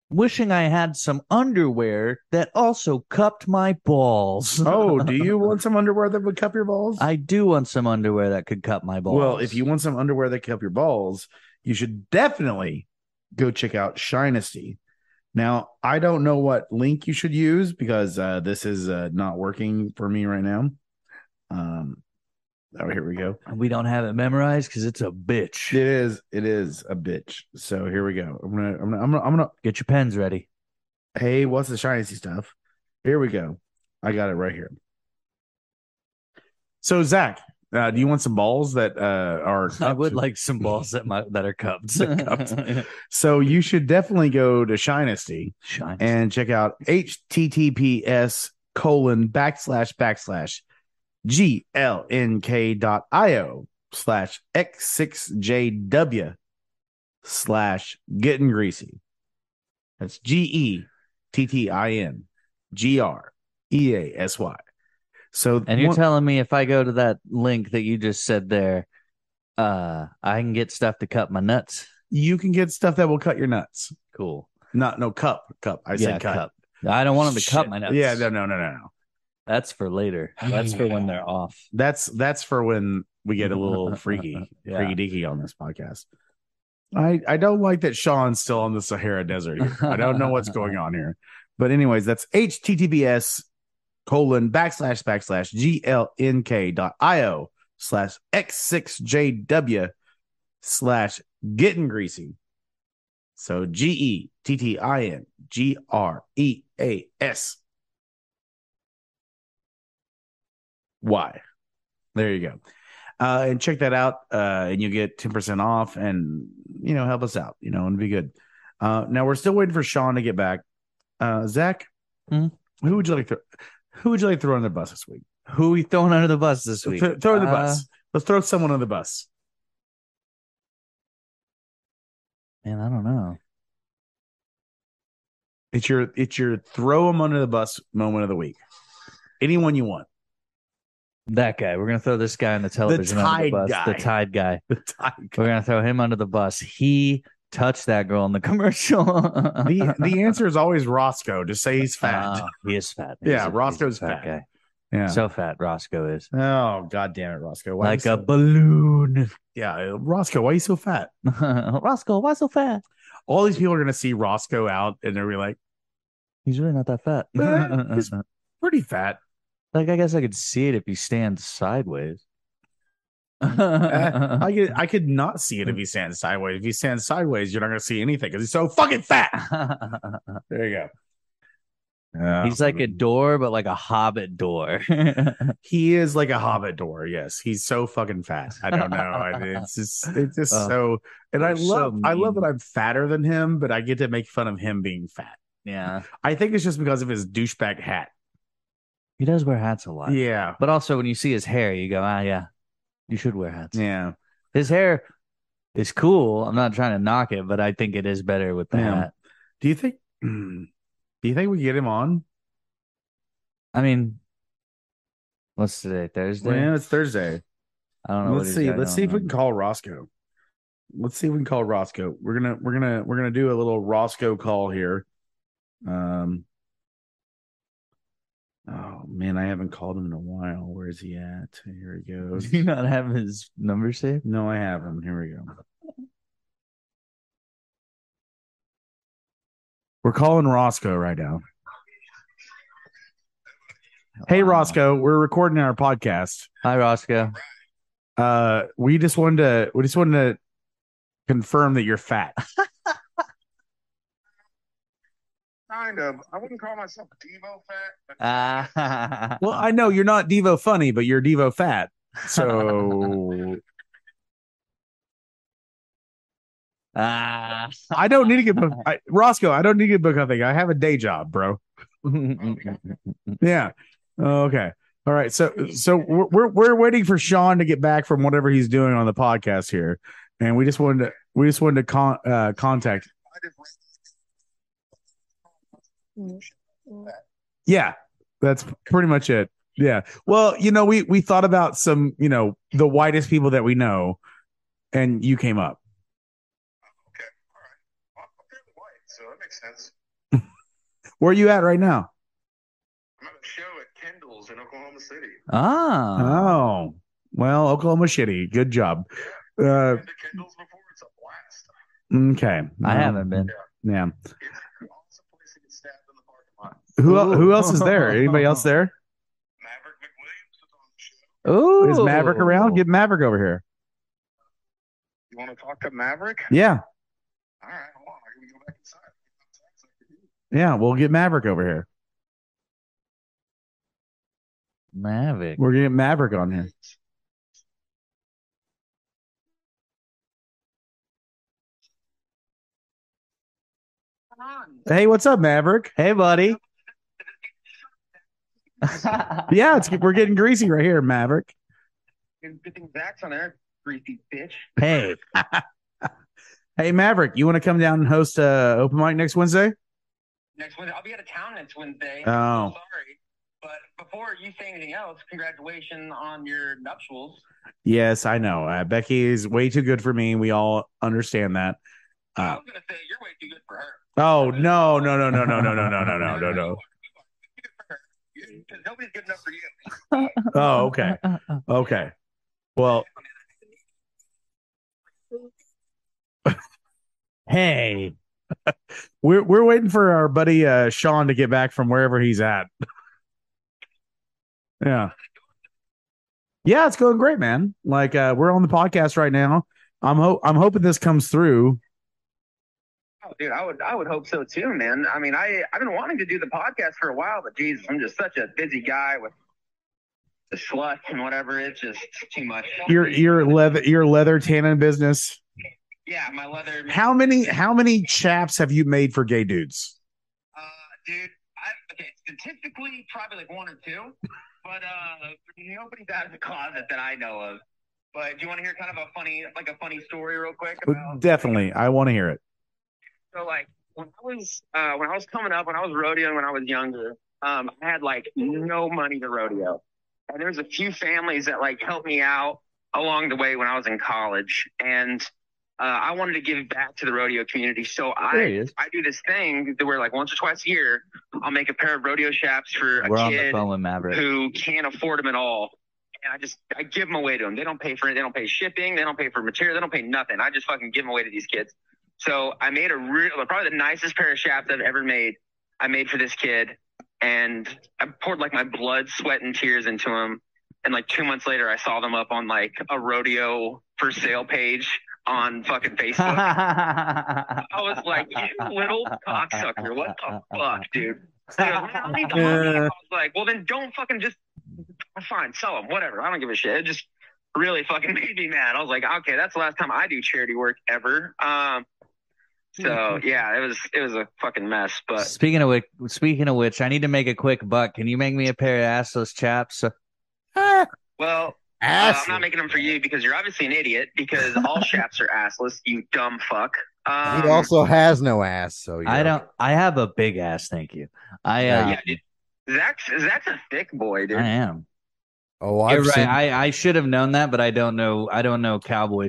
Wishing I had some underwear that also cupped my balls.
Oh, do you want some underwear that would cup your balls?
I do want some underwear that could cup my balls.
Well, if you want some underwear that cup your balls, you should definitely go check out Shinesty. Now, I don't know what link you should use because uh, this is uh, not working for me right now. Um, oh, here we go.
we don't have it memorized because it's a bitch.
It is, it is a bitch. So here we go. I'm gonna, I'm gonna, I'm gonna, I'm gonna.
Get your pens ready.
Hey, what's the Shinesty stuff? Here we go. I got it right here. So Zach, uh, do you want some balls that uh, are?
I
cupped?
would like some balls that my, that are cupped.
That cupped. So you should definitely go to Shinesty
Shine.
and check out https colon backslash backslash glnk.io slash x6jw slash getting greasy. That's G E T T I N G R E A S Y. So
And you're
one-
telling me if I go to that link that you just said there, uh, I can get stuff to cut my nuts.
you can get stuff that will cut your nuts.
Cool.
Not no cup, cup. I
yeah,
said cut.
cup. I don't want them to cut
Shit.
my nuts.
Yeah, no, no, no, no.
That's for later. That's for when they're off.
That's that's for when we get a little freaky,
Yeah.
freaky deaky on this podcast. I I don't like that Sean's still on the Sahara Desert. Here. I don't know what's going on here, but anyways, that's https colon backslash backslash glnk dot io slash x six jw slash getting greasy. So G E T T I N G R E A S Y. There you go. Uh, and check that out, uh, and you get ten percent off, and you know help us out, you know, and be good. Uh, now we're still waiting for Sean to get back. Uh, Zach,
Hmm?
who would you like to who would you like to throw on the bus this week?
Who we throwing under the bus this week?
Th- throw on the
Uh,
bus. Let's throw someone on the bus.
Man, I don't know.
It's your it's your throw them under the bus moment of the week. Anyone you want.
That guy. We're gonna throw this guy on the television. under
Tide
bus. The
guy.
tide guy.
The time-
We're gonna throw him under the bus. He touched that girl in the commercial.
the the answer is always Roscoe. Just say he's fat.
Ah, he is fat.
Yeah,
He's a-
Roscoe's
he's a
fat.
guy.
yeah.
So fat, Roscoe is.
oh god damn it, Roscoe. Why
like
you
a
so-
balloon.
yeah, Roscoe, why are you so fat?
Roscoe, why so fat?
all these people are going to see Roscoe out and they're gonna be like,
He's really not that fat.
Eh, he's- pretty fat.
like I guess I could see it if he stands sideways.
I could, I could not see it if he stands sideways. If he stands sideways, you're not going to see anything because he's so fucking fat. There you go. Uh,
he's like a door, but like a hobbit door.
he is like a hobbit door. Yes, he's so fucking fat. I don't know. I mean, it's just it's just
Uh,
so. And I
you're so
love I love
mean.
that I'm fatter than him, but I get to make fun of him being fat.
yeah,
I think it's just because of his douchebag hat.
he does wear hats a lot.
Yeah,
but also when you see his hair, you go, ah, yeah, you should wear hats.
yeah.
His hair is cool. I'm not trying to knock it, but I think it is better with the
Yeah.
hat.
Do you think? Do you think we get him on?
I mean, what's today? Thursday.
Yeah, it's Thursday.
I don't know. what
Let's
he's
see.
got
Let's see if we
going
can
on.
call Roscoe. Let's see if we can call Roscoe. We're gonna we're gonna we're gonna do a little Roscoe call here. Um. Oh man, I haven't called him in a while. Where is he at? Here he goes.
Do you not have his number saved?
No, I have him. Here we go. We're calling Roscoe right now. Hey
Wow.
Roscoe, we're recording our podcast.
Um, Hi, Roscoe.
Uh we just wanted to we just wanted to confirm that you're fat.
Kind of. I wouldn't call myself Devo fat, but
Ah.
Well, I know you're not Devo funny, but you're Devo fat. So
Ah.
I don't need to get I, Roscoe, I don't need to get book hunting. I have a day job, bro. Yeah. Oh, okay. All right. So so we're we're- we're waiting for Sean to get back from whatever he's doing on the podcast here, and we just wanted to we just wanted to con- uh, contact.
I just
Yeah, that's pretty much it. Yeah. Well, you know, we we thought about some you know the whitest people that we know, and you came up.
okay, all right. Well, I'm fairly white, so that makes sense.
Where are you at right now?
I'm at a show at Kendall's in Oklahoma City.
Ah.
Oh, well, Oklahoma shitty. Good job. Uh,
Been to Kendall's before? It's a blast.
okay.
I haven't been.
Yeah.
It's an awesome place to get stabbed in the parking lot.
Who el- who else is there? Anybody else there?
Maverick McWilliams is on the show.
Ooh.
Is Maverick around? Get Maverick over here.
You want to talk to Maverick?
Yeah.
All right, hold on. I can go back inside.
Yeah, we'll get Maverick over here.
Maverick.
We're getting Maverick on here. Hey, what's up, Maverick?
Hey, buddy.
Yeah, it's we're getting greasy right here, Maverick.
Good thing Zach's on there, greasy bitch.
Hey.
Hey, Maverick, you want to come down and host uh, open mic next Wednesday?
Next Wednesday, I'll be out of town next Wednesday.
Oh.
Sorry. But before you say anything else, congratulations on your nuptials.
Yes, I know. Uh, Becky is way too good for me. We all understand that.
I
Uh,
was gonna say you're way too good for her.
oh no, no, no, no, no, no, no, no, no, no, no, no.
You- 'cause Nobody's good enough for you.
Oh, okay, okay. Well,
Hey.
we're we're waiting for our buddy uh, Sean to get back from wherever he's at. yeah, yeah, it's going great, man. Like uh, we're on the podcast right now. I'm ho- I'm hoping this comes through.
Oh, dude, I would I would hope so too, man. I mean, I I've been wanting to do the podcast for a while, but Jesus, I'm just such a busy guy with the sluts and whatever. It's just too much.
Your your leather your leather tanning business.
yeah, my leather.
How many how many chaps have you made for gay dudes?
Uh, dude, I okay. Statistically, probably like one or two, but uh, nobody's out of the closet that I know of. But do you want to hear kind of a funny, like a funny story, real quick? About,
Definitely, I want to hear it.
So like when I was uh, when I was coming up, when I was rodeoing, when I was younger, um, I had like no money to rodeo, and there was a few families that like helped me out along the way when I was in college, and uh, I wanted to give back to the rodeo community. So I
he is.
I do this thing that where like once or twice a year, I'll make a pair of rodeo chaps for a
We're on the
kid
phone with Maverick.
who can't afford them at all. And I just I give them away to them. They don't pay for it. They don't pay shipping. They don't pay for material. They don't pay nothing. I just fucking give them away to these kids. So I made a real probably the nicest pair of shaps I've ever made. I made for this kid, and I poured like my blood, sweat, and tears into them. And like two months later, I saw them up on like a rodeo for sale page on fucking Facebook. I was like, you little cocksucker, what the fuck, dude? He goes, "Man, I need the money." I was like, well, then don't fucking just fine, sell them, whatever. I don't give a shit. It just really fucking made me mad. I was like, okay, that's the last time I do charity work ever. Um, so
Mm-hmm.
yeah, it was it was a fucking mess, but
Speaking of which, speaking of which, I need to make a quick buck. Can you make me a pair of assless chaps?
Ah.
well, uh, I'm not making them for you because you're obviously an idiot because all chaps are assless, you dumb fuck. Um,
he also has no ass, so you
I
know.
don't. I have a big ass. Thank you. I uh,
yeah, dude. Zach's Zach's a thick boy, dude.
I am.
Oh,
You're
I've
right.
seen.
I, I should have known that, but I don't know. I don't know cowboy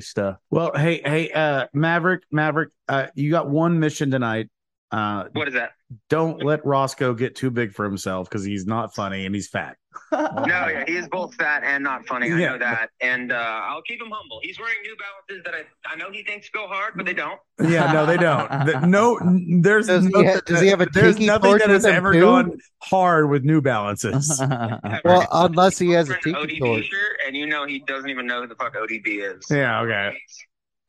stuff.
Well, hey, hey, uh, Maverick, Maverick, uh, you got one mission tonight. Uh,
What is that?
don't let Roscoe get too big for himself because he's not funny and he's fat.
No, yeah, he is both fat and not funny. I
Yeah.
know that, and uh, I'll keep him humble. He's wearing New Balances that I I know he thinks go hard, but they don't.
Yeah, no, they don't. Th- No, n- there's
Does he
nothing,
ha- does he have a
there's
kinky
nothing
torch
that
with
has
him
ever
too?
gone hard with New Balances.
Whatever.
well, unless he has a
He's wearing
tiki
an
torch.
ODB shirt, and you know he doesn't even know who the fuck ODB is.
yeah, okay,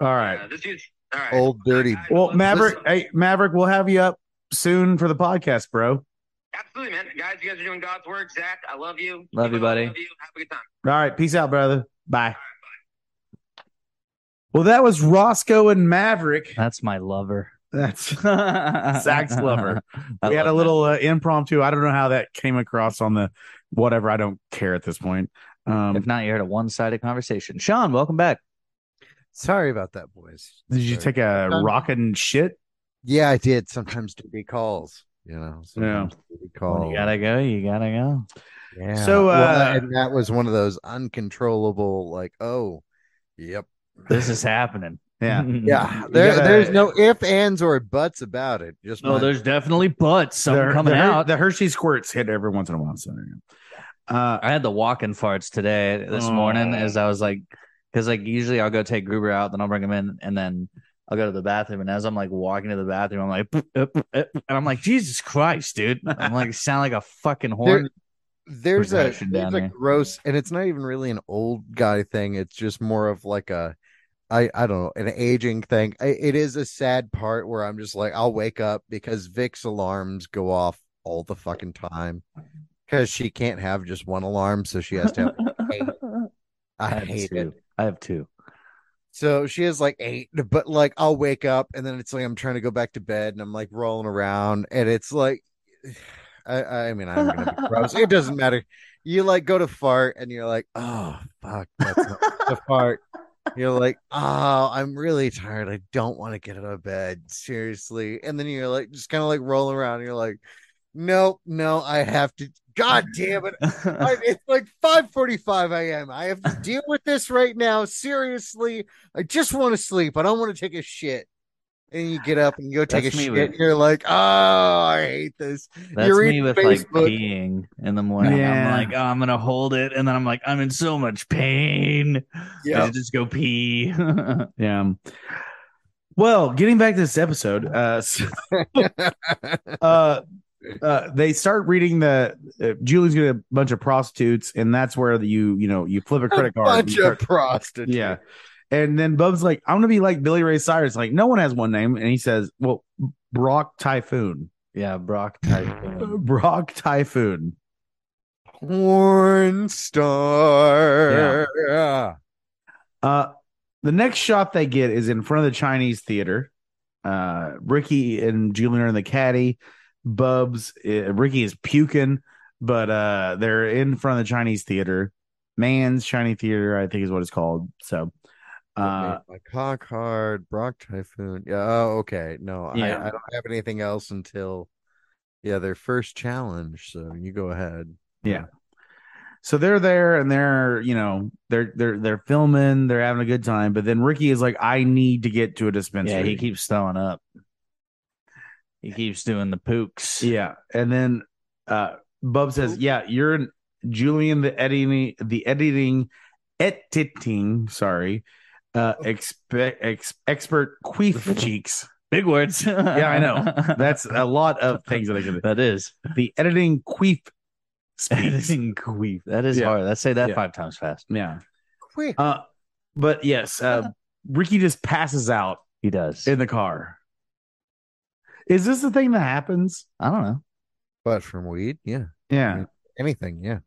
all right.
Yeah, this dude's all right.
Old dirty.
I- I
Well,
love-
Maverick,
listen,
hey, Maverick, we'll have you up soon for the podcast, bro. All
absolutely, man, guys, you guys are doing God's work. Zach, I love you.
Love you,
Keep it up.
buddy.
Love you. Have a good time.
right, peace out, brother. Bye. Well, that was Roscoe and Maverick.
That's my lover.
That's
Zach's
lover. we had a little uh, impromptu. I don't know how that came across on the whatever. I don't care at this point. Um,
If not, you heard a one-sided conversation. Sean, welcome back.
Sorry about that, boys.
did you
Sorry.
take a
Um,
rockin' shit?
Yeah, I did. Sometimes dirty calls. You know. Sometimes dirty
When
calls.
you gotta go. You gotta go.
Yeah.
So,
Well,
uh,
and that was one of those uncontrollable, like, oh, yep.
This is happening.
Yeah.
Mm-hmm.
Yeah.
You
There,
gotta-
there's no if, ands, or buts about it. Just
No,
went,
Oh, there's definitely butts. Some
the,
coming
the, Her-
out.
The Hershey squirts hit every once in a while. So, there you go. uh,
I had the walking farts today this
Oh.
morning as I was like, because like usually I'll go take Gruber out, then I'll bring him in, and then I'll go to the bathroom. And as I'm like walking to the bathroom, I'm like, and I'm like, Jesus Christ, dude! I'm like, sound like a fucking horn.
there's a
Projection
there's
down
a
there.
gross and it's not even really an old guy thing it's just more of like a i i don't know an aging thing I, it is a sad part where i'm just like i'll wake up because vic's alarms go off all the fucking time because she can't have just one alarm so she has to have i
I have
hate it
two. I have two.
so she has like eight, but like I'll wake up and then it's like I'm trying to go back to bed and I'm like rolling around and it's like, I, I mean, I'm gonna be gross. It doesn't matter. You like go to fart and you're like, oh fuck, that's not the fart. You're like, oh, I'm really tired. I don't want to get out of bed seriously. And then you're like, just kind of like roll around. And you're like, nope, no, I have to. God damn it! I, it's like 5:45 a.m. I have to deal with this right now. Seriously, I just want to sleep. I don't want to take a shit. And you get up and you go take
That's
a
me
shit.
with-
and You're like, oh, I hate this.
That's
You read
me with like
Facebook.
peeing in the morning.
Yeah.
I'm like, oh, I'm gonna hold it, and then I'm like, I'm in so much pain.
Yeah.
I just go pee.
yeah. Well, Oh, getting back to this episode, uh, so- uh, uh, they start reading the uh, Julie's got a bunch of prostitutes, and that's where the, you you know you flip a credit card. and
Bunch
you
of
start-
prostitutes.
yeah, and then Bub's like, "I'm gonna be like Billy Ray Cyrus." Like, no one has one name, and he says, "Well, Brock Typhoon,
yeah, Brock type.
Brock Typhoon."
Porn star. Yeah.
Uh, the next shot they get is in front of the Chinese theater. Uh, Ricky and Julian are in the caddy. Bubs, uh, Ricky is puking, but uh, they're in front of the Chinese theater. Man's Chinese Theater, I think is what it's called. So, uh,
What made my cock hard, Brock Typhoon. Yeah. Oh, okay. No,
Yeah.
I, I don't have anything else until, yeah, their first challenge. So you go ahead.
so they're there and they're you know they're they're they're filming, they're having a good time. But then Ricky is like, I need to get to a dispensary.
Yeah, he keeps throwing up. He keeps doing the pooks.
Yeah, and then uh Bub says, "Yeah, you're an- Julian the editing the editing editing, sorry. Uh
Oh.
expe- ex- expert queef cheeks.
Big words. yeah,
I know. That's a lot of things that I could
that is
the editing queef speaks.
editing queef. That is
Yeah.
hard. Let's say that
Yeah.
five times fast.
yeah.
Quick.
Uh but yes, uh Ricky just passes out
He does.
in the car. Is this the thing that happens?
I don't know.
But from weed, yeah.
Yeah.
Anything, yeah.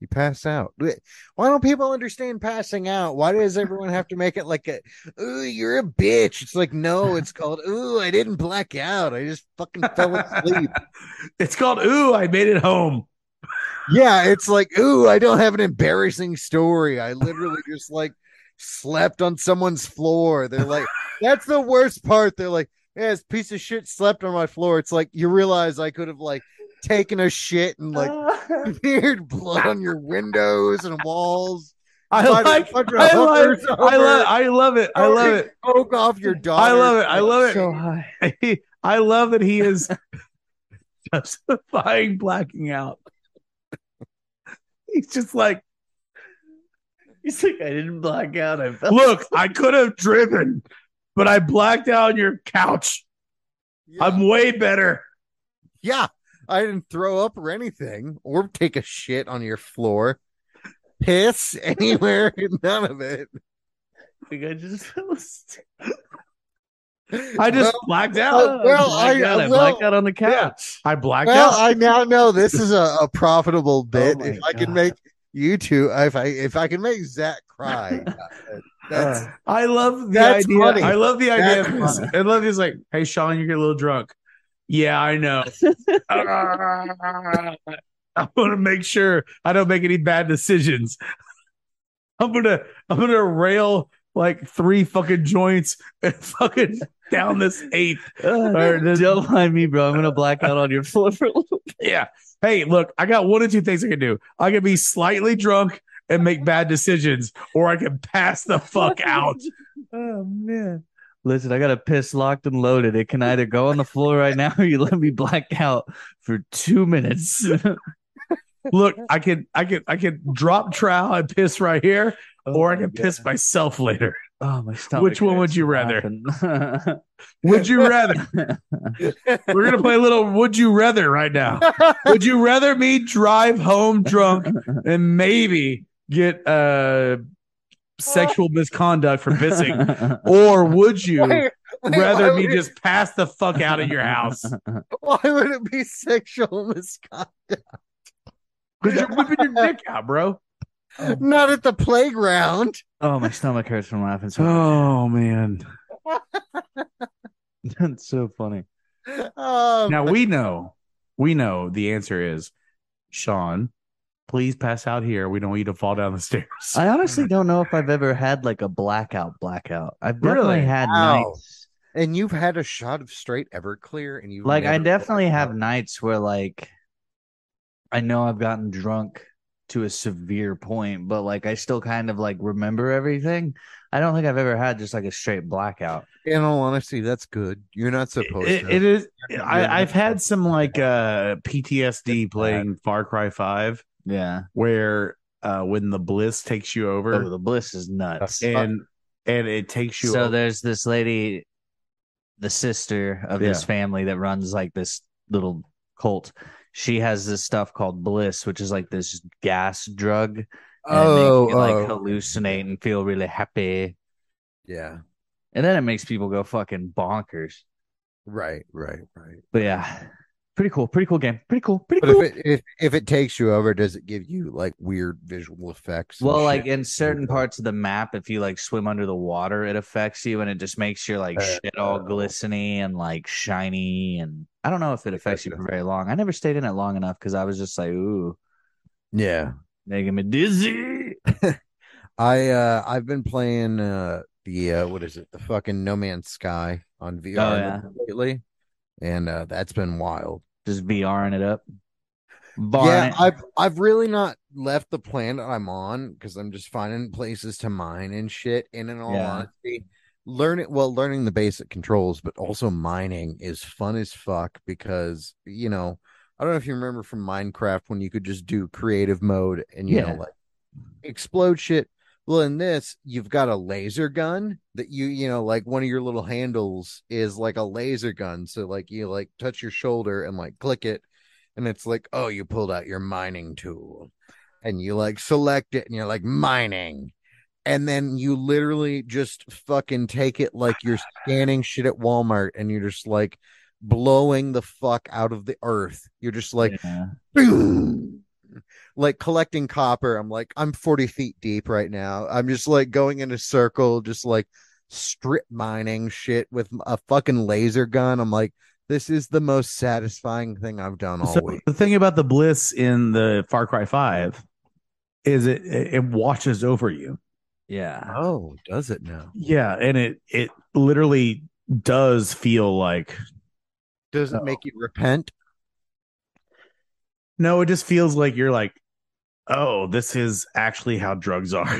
You pass out. Wh- Why don't people understand passing out? Why does everyone have to make it like a ooh, you're a bitch? It's like, no, it's called ooh, I didn't black out. I just fucking fell asleep.
it's called Ooh, I made it home.
yeah, it's like, ooh, I don't have an embarrassing story. I literally just like slept on someone's floor. They're like, That's the worst part. They're like, yeah, this piece of shit slept on my floor. It's like you realize I could have like taken a shit and like smeared blood on your windows and walls.
I
Bunch of-
like.
bunch of
I love,
hookers over
I love.
it.
I love it. I love it.
Poke off your dog.
I love it. I love it.
so high.
He- I love that he is justifying blacking out. He's just like,
He's like, I didn't black out. I fell.
look, I could have driven, but I blacked out on your couch.
Yeah.
I'm way better.
yeah, I didn't throw up or anything, or take a shit on your floor, piss anywhere, none of it.
Like, I just fell asleep.
I just
Well,
blacked
Oh,
out.
well,
I,
I- uh,
God,
well-
I blacked out on the couch.
I blacked
well,
out.
I now know this is a, a profitable bit.
my
if I
God.
can make you two, if I if I can make Zach cry, that's
Uh, I love the
that's
idea.
funny.
I love the idea.
That's
of this. I love he's like, hey Sean, you get a little drunk. Yeah, I know. I want to make sure I don't make any bad decisions. I'm gonna I'm gonna rail like three fucking joints and fucking down this eighth.
Or just- Don't mind me, bro. I'm gonna black out on your floor for a little.
Yeah. Hey, look, I got one of two things I can do. I can be slightly drunk and make bad decisions, or I can pass the fuck out.
Oh man. Listen, I got a piss locked and loaded. It can either go on the floor right now or you let me black out for two minutes.
look, I can I can I can drop trowel and piss right here, or I can piss myself later.
Oh my stomach.
Which one would
hurts.
you
I'm
rather?
laughing.
Would you rather? We're gonna play a little would you rather right now. Would you rather me drive home drunk and maybe get uh sexual misconduct for pissing? Or would you
Wait, wait,
Uh, rather
why
me
would it-
just pass the fuck out of your house?
Why would it be sexual misconduct?
Because you're whipping your dick out, bro. Oh.
Not at the playground.
Oh, my stomach hurts from laughing. So much.
Oh man.
that's so funny.
Um,
Now we know, we know the answer is Sean. Please pass out here. We don't want you to fall down the stairs.
I honestly don't know if I've ever had like a blackout blackout. I've definitely
Really?
had
Wow.
nights.
and you've had a shot of straight Everclear, and you
Like I definitely have nights where like I know I've gotten drunk to a severe point, but like I still kind of like remember everything. I don't think I've ever had just like a straight blackout.
In all honesty, that's good. You're not supposed
It-
to.
it is.
You're not
I, I've had some like uh, PTSD playing Far Cry Five,
Yeah.
where uh, when the bliss takes you
Oh,
over,
the bliss is nuts.
and and it takes you.
so
over.
there's this lady the sister of this
Yeah.
family that runs like this little cult she has this stuff called bliss which is like this gas drug and
oh,
they can, like
oh,
hallucinate and feel really happy
yeah.
and then it makes people go fucking bonkers
Right, right, right.
but yeah pretty cool pretty cool game pretty cool pretty
But
cool
if it if, if it takes you over, does it give you like weird visual effects? and
well
shit?
like in certain parts of the map if you like swim under the water it affects you and it just makes your
Uh,
like shit all glistening and like shiny and i don't know if it affects you for very long i never stayed in it long enough because i was just like ooh
yeah.
making me dizzy
I uh I've been playing uh the uh what is it the fucking No Man's Sky on VR
Oh, yeah.
E lately, and uh that's been wild.
just vr'ing it up
yeah,
Varring it.
I've I've really not left the planet I'm on because I'm just finding places to mine and shit. And in all
Yeah.
honesty, learning well learning the basic controls, but also mining is fun as fuck because you know I don't know if you remember from Minecraft when you could just do creative mode and you
Yeah.
know like explode shit. Well, in this, you've got a laser gun that you, you know, like one of your little handles is like a laser gun. So, like, you like touch your shoulder and like click it, and it's like, oh, you pulled out your mining tool and you like select it and you're like mining. And then you literally just fucking take it like you're scanning shit at Walmart and you're just like blowing the fuck out of the earth. You're just like,
Yeah.
boom. Like collecting copper. I'm like, I'm 40 feet deep right now. I'm just like going in a circle, just like strip mining shit with a fucking laser gun. I'm like, this is the most satisfying thing I've done all
So
week.
the thing about the bliss in the Far Cry Five is it it it watches over you.
Yeah.
Oh, does it now?
Yeah, and it it literally does feel like
Does it
No.
make you repent?
no, it just feels like you're like, oh, this is actually how drugs are.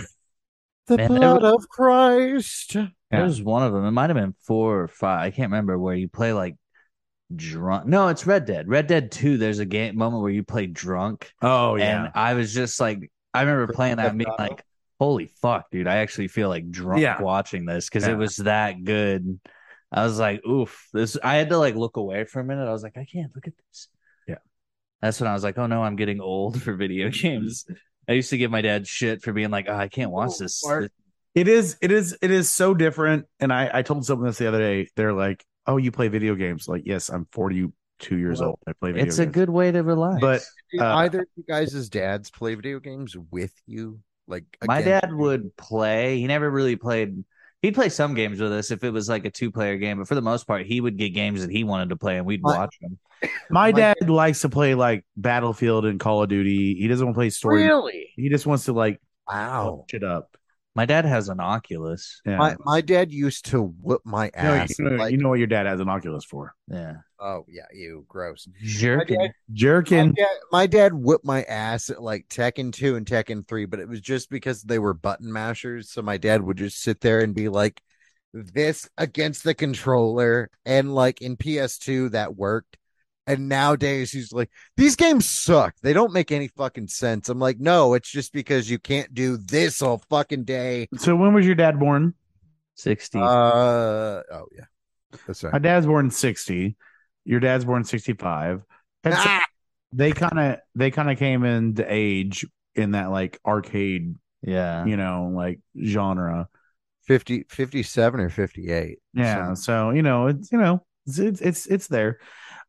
The
Man, it
blood of Christ.
There
Yeah.
was one of them. It might have been four or five. I can't remember where you play like drunk. No, it's Red Dead. Red Dead 2, there's a game moment where you play drunk.
Oh
And I was just like, I remember playing that and being
Legato.
like, holy fuck, dude, I actually feel like drunk
Yeah.
watching this because
Yeah.
it was that good. I was like, oof, this, I had to like look away for a minute. I was like, I can't look at this.
Yeah.
That's when I was like, oh no, I'm getting old for video games. I used to give my dad shit for being like, oh, I can't watch this.
Mark. It is, it is, it is so different. And I, I told someone this the other day. They're like, "Oh, you play video games?" Like, yes, I'm 42 years
Well,
old. I play video.
It's a
games.
good way to relax.
But
Did
Uh,
either of you guys' dads play video games with you? Like
my
against
dad
you?
would play. He never really played. He'd play some games with us if it was like a two player game, but for the most part, he would get games that he wanted to play and we'd
My-
watch them.
My
Like-
dad likes to play like Battlefield and Call of Duty. He doesn't want to play story.
Really?
He just wants to like
Wow.
fuck shit up.
My dad has an Oculus.
Yeah.
Oh. My my dad used to whoop my
You know-
ass.
you, know,
like,
you know what your dad has an Oculus for?
Yeah.
oh yeah, you gross.
Jerking.
dad- My
Jerkin.
dad, my dad whooped my ass at like Tekken 2 and Tekken 3, but it was just because they were button mashers. So my dad would just sit there and be like, this against the controller. And like in PS2, that worked. And nowadays, he's like, these games suck. They don't make any fucking sense. I'm like, no, it's just because you can't do this all fucking day.
So when was your dad born?
60.
Uh, oh, yeah. That's
My
right.
dad's born in 60. Your dad's born 65. That's,
Ah!
They kind of they kind of came into age in that like arcade,
yeah.
you know, like genre.
50, 57 or 58.
Yeah.
So-
So you know, it's you know, it's it's it's, it's there.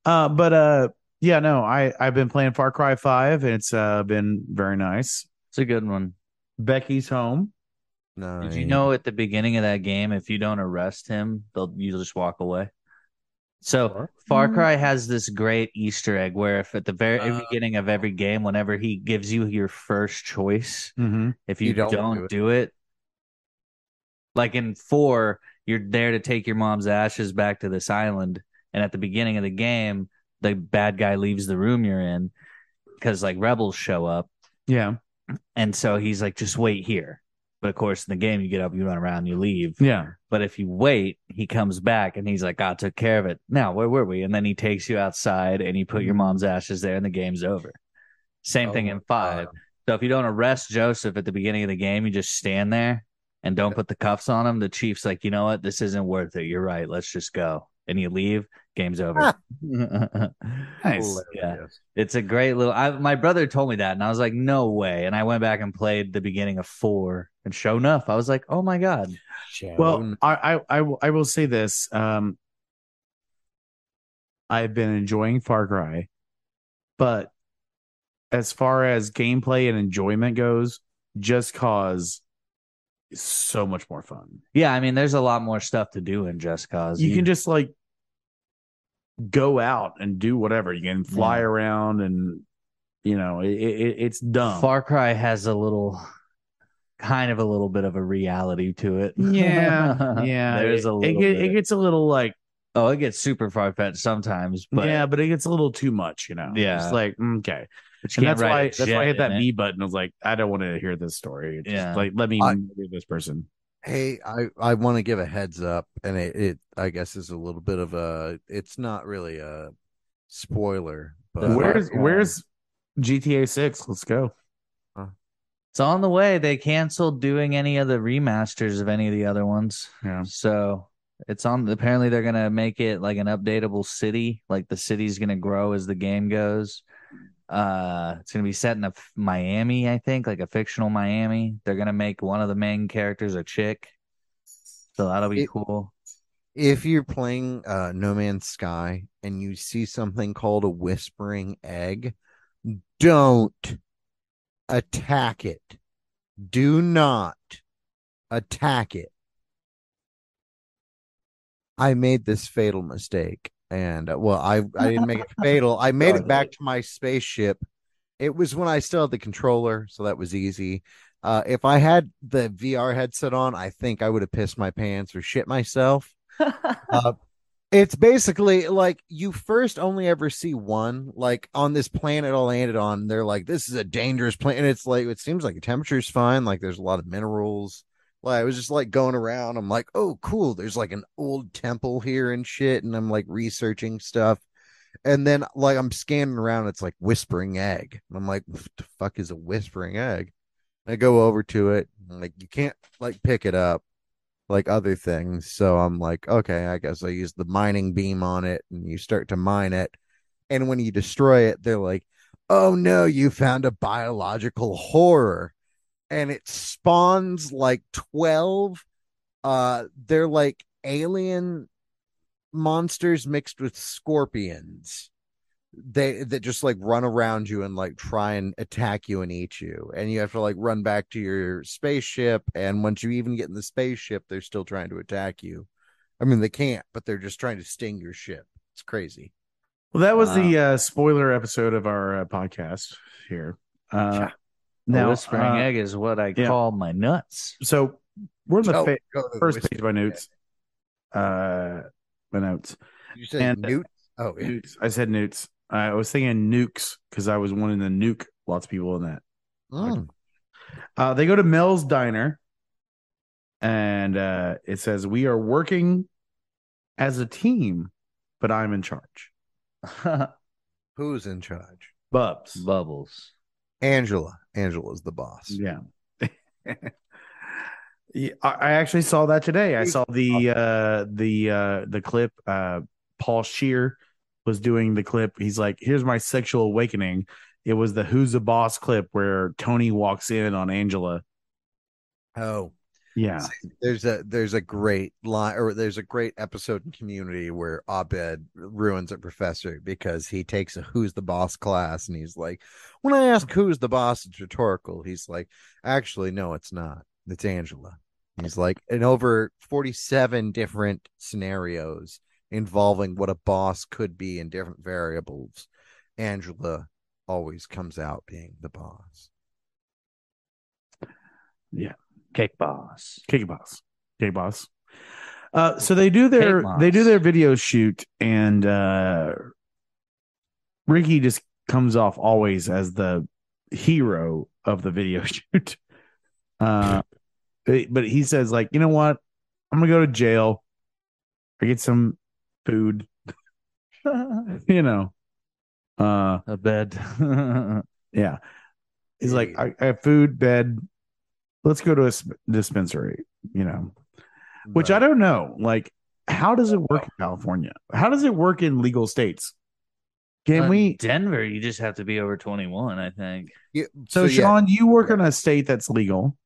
Uh, but uh, yeah, no, I I've been playing Far Cry Five, and it's uh been very nice.
It's a good one.
Becky's home.
Nine.
Did you know at the beginning of that game, if you don't arrest him, they'll you'll just walk away. So Far Cry has this great Easter egg where if at the very
Uh,
beginning of every game, whenever he gives you your first choice,
Mm-hmm.
if you,
You
don't,
don't
do
do
it.
it.
like in four you're there to take your mom's ashes back to this island and at the beginning of the game the bad guy leaves the room you're in because like rebels show up
Yeah.
and so he's like just wait here but of course in the game you get up you run around you leave
Yeah.
but if you wait he comes back and he's like i took care of it now where were we and then he takes you outside and you put your mom's ashes there and the game's over same
Mm-hmm. Oh
thing
my
in five
God.
so if you don't arrest Joseph at the beginning of the game, you just stand there and don't put the cuffs on him. The chief's like, you know what? This isn't worth it. You're right. Let's just go. And you leave. Game's over.
Ah.
Nice.
Hilarious.
it's a great little. I, my brother told me that, and I was like, no way. And I went back and played the beginning of four, and sure enough, I was like, oh my god.
Well, I, I I will- I will say this. Um, I've been enjoying Far Cry, but as far as gameplay and enjoyment goes, Just Cause is so much more fun.
Yeah, I mean, there's a lot more stuff to do in Just Cause.
you can just like go out and do whatever you can fly
Yeah.
around and you know it, it, it's dumb
Far Cry has a little, kind of a little bit of a reality to it. uh-huh.
yeah yeah
There's
it,
a
it,
little.
get-
bit.
it gets a little like
Oh, it gets super far fetched sometimes, but
yeah but it gets a little too much you know
Yeah.
it's like mm, okay
but you
and
can't
that's
write
why
a
that's why
jet
i hit that
in it.
me button i was like i don't want to hear this story It's just
Yeah.
like let me
I-
murder this person
Hey, I I want to give a heads up, and it, it I guess is a little bit of a. It's not really a spoiler, but
Far
where's
Cry.
where's gta 6 let's go
It's on the way. They canceled doing any of the remasters of any of the other ones,
yeah
so it's on. Apparently, they're gonna make it like an updatable city. Like the city's gonna grow as the game goes. Uh, it's gonna be set in a f- Miami, I think, like a fictional Miami. They're gonna make one of the main characters a chick, so that'll be
It-
cool.
if you're playing uh, No Man's Sky and you see something called a whispering egg, don't attack it. Do not attack it. I made this fatal mistake, and uh, well, I I didn't make it fatal. I made it back to my spaceship. It was when I still had the controller, so that was easy. Uh, if I had the VR headset on, I think I would have pissed my pants or shit myself. uh, it's basically like you first only ever see one, like on this planet I landed on. They're like, this is a dangerous planet. It's like, it seems like the temperature's fine. Like there's a lot of minerals. Like I was just like going around. I'm like, oh, cool. There's like an old temple here and shit. And I'm like researching stuff. And then like I'm scanning around. It's like whispering egg. And I'm like, what the fuck is a whispering egg? And I go over to it. and, like you can't like pick it up like other things. So I'm like, okay, I guess I use the mining beam on it and you start to mine it. And when you destroy it, they're like, oh no, you found a biological horror. And it spawns like 12. Uh, they're like alien monsters mixed with scorpions. They that just like run around you and like try and attack you and eat you, and you have to like run back to your spaceship. And once you even get in the spaceship, they're still trying to attack you. I mean, they can't, but they're just trying to sting your ship. It's crazy.
Well, that was the uh, spoiler episode of our uh, podcast here. Uh,
now,
Now,
whispering
uh,
egg is what I
yeah.
call my nuts.
so we're on the
Oh,
fa-
go to the
first
whiskey.
page of my notes. Uh, my notes.
You said
and- uh,
newt. Oh, yeah.
Nukes. I said newts. I was thinking nukes because I was wanting to nuke lots of people in that.
Mm.
Uh, they go to Mel's diner, and uh, it says, "We are working as a team, but I'm in charge."
Who's in charge?
Bubs.
Bubbles.
Angela. Angela's the boss.
Yeah. yeah. I I actually saw that today. I saw the uh the uh the clip uh Paul Shear was doing the clip. He's like, "Here's my sexual awakening." It was the "Who's the Boss" clip where Tony walks in on Angela.
Oh,
Yeah.
there's a there's a great line or there's a great episode in community where Abed ruins a professor because he takes a who's the boss class and he's like, when I ask who's the boss, it's rhetorical. He's like, actually, no, it's not. It's Angela. He's like, in over 47 different scenarios involving what a boss could be in different variables, Angela always comes out being the boss.
Cake boss.
Cake boss. Cake boss. Uh, so they do their
Cake
they do
boss.
their video shoot, and uh, Ricky just comes off always as the hero of the video shoot. Uh, but he says like, you know what? I'm gonna go to jail. I get some food, you know. Uh,
A bed.
yeah. He's like,
Yeah.
I, I have food, bed. Let's go to a sp- dispensary, you know which I
But-
don't know. Like, how does it work in California? How does it work in legal states? Can
Um,
In
we?
Denver, you just have to be over 21, I think.
Yeah,
So,
yeah,
Sean, you work in a state that's legal.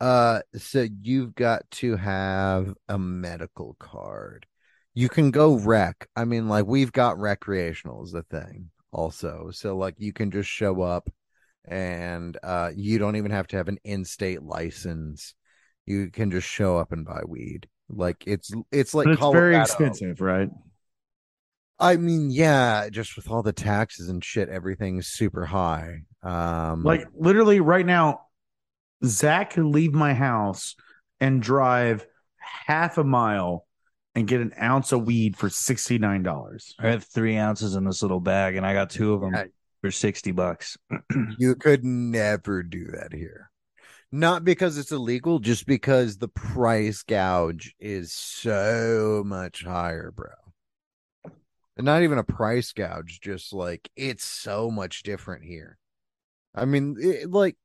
Uh, so you've got to have a medical card. You can go rec. I mean, like we've got recreational is a thing also. So like you can just show up and uh you don't even have to have an in-state license. You can just show up and buy weed. Like it's it's like
but it's very
Colorado. Mm-hmm.
expensive, right?
I mean, yeah, just with all the taxes and shit, everything's super high. Um
Like, literally, right now, Zach could leave my house and drive half a mile and get an ounce of weed for sixty nine dollars.
I have three ounces in this little bag, and I got two of them
Yeah.
for 60 bucks.
You could never do that here. Not because it's illegal, just because the price gouge is so much higher, bro. And not even a price gouge, just like it's so much different here. I mean, it, like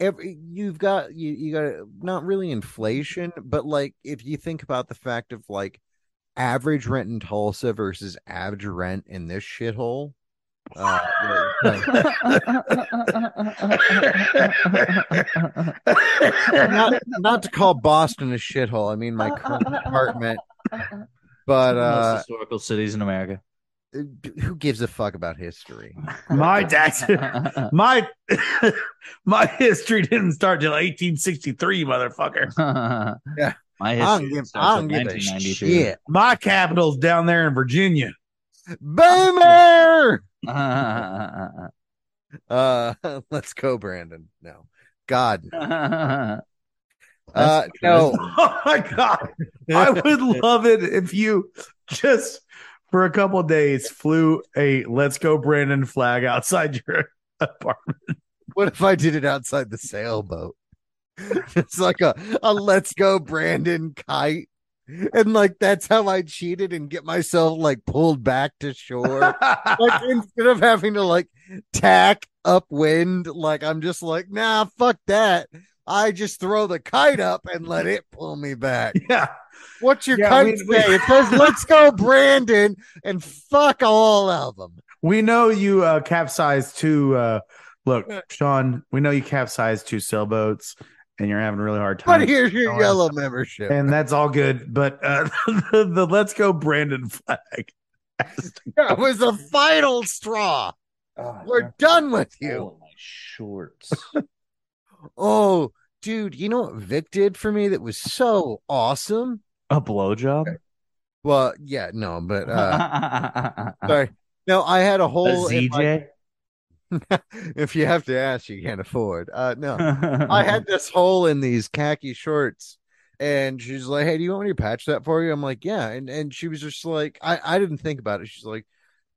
every you've got you you got not really inflation, but like if you think about the fact of like average rent in Tulsa versus average rent in this shithole, uh, like, not not to call Boston a shithole. I mean my current apartment, but
Most
uh,
historical cities in America.
who gives a fuck about history?
My taxes, my my history didn't start till eighteen sixty three, motherfucker.
Yeah.
My
I don't
history
give, I
starts
don't
in
give a
1993.
shit.
My capital's down there in Virginia.
Boomer. Uh, let's go, Brandon. No, God.
That's
Uh, no.
Oh my god! I would love it if you just for a couple of days flew a "Let's Go Brandon" flag outside your apartment.
What if I did it outside the sailboat? It's like a, a let's go Brandon kite. And like that's how I cheated and get myself like pulled back to shore. like instead of having to like tack upwind, like I'm just like, nah, fuck that. I just throw the kite up and let it pull me back.
yeah,
What's your
Yeah,
kite
we- we-
say? It says let's go Brandon and fuck all of them.
we know you uh, capsized two. Uh, look, Sean, we know you capsized two sailboats, and you're having a really hard time.
But here's your
Going.
yellow membership.
and that's all good, but uh, the, the "Let's Go Brandon" flag.
That was the final straw. We're done with Oh, you.
all of my shorts.
Oh, dude, you know what Vic did for me that was so awesome?
a blowjob.
Well, yeah, no, but uh sorry. No, I had a
a
whole if, I-
ZJ.
if you have to ask, you can't afford. Uh no. I
Uh-huh.
had this hole in these khaki shorts. And she's like, Hey, do you want me to patch that for you? I'm like, Yeah. And and she was just like, I, I didn't think about it. She's like,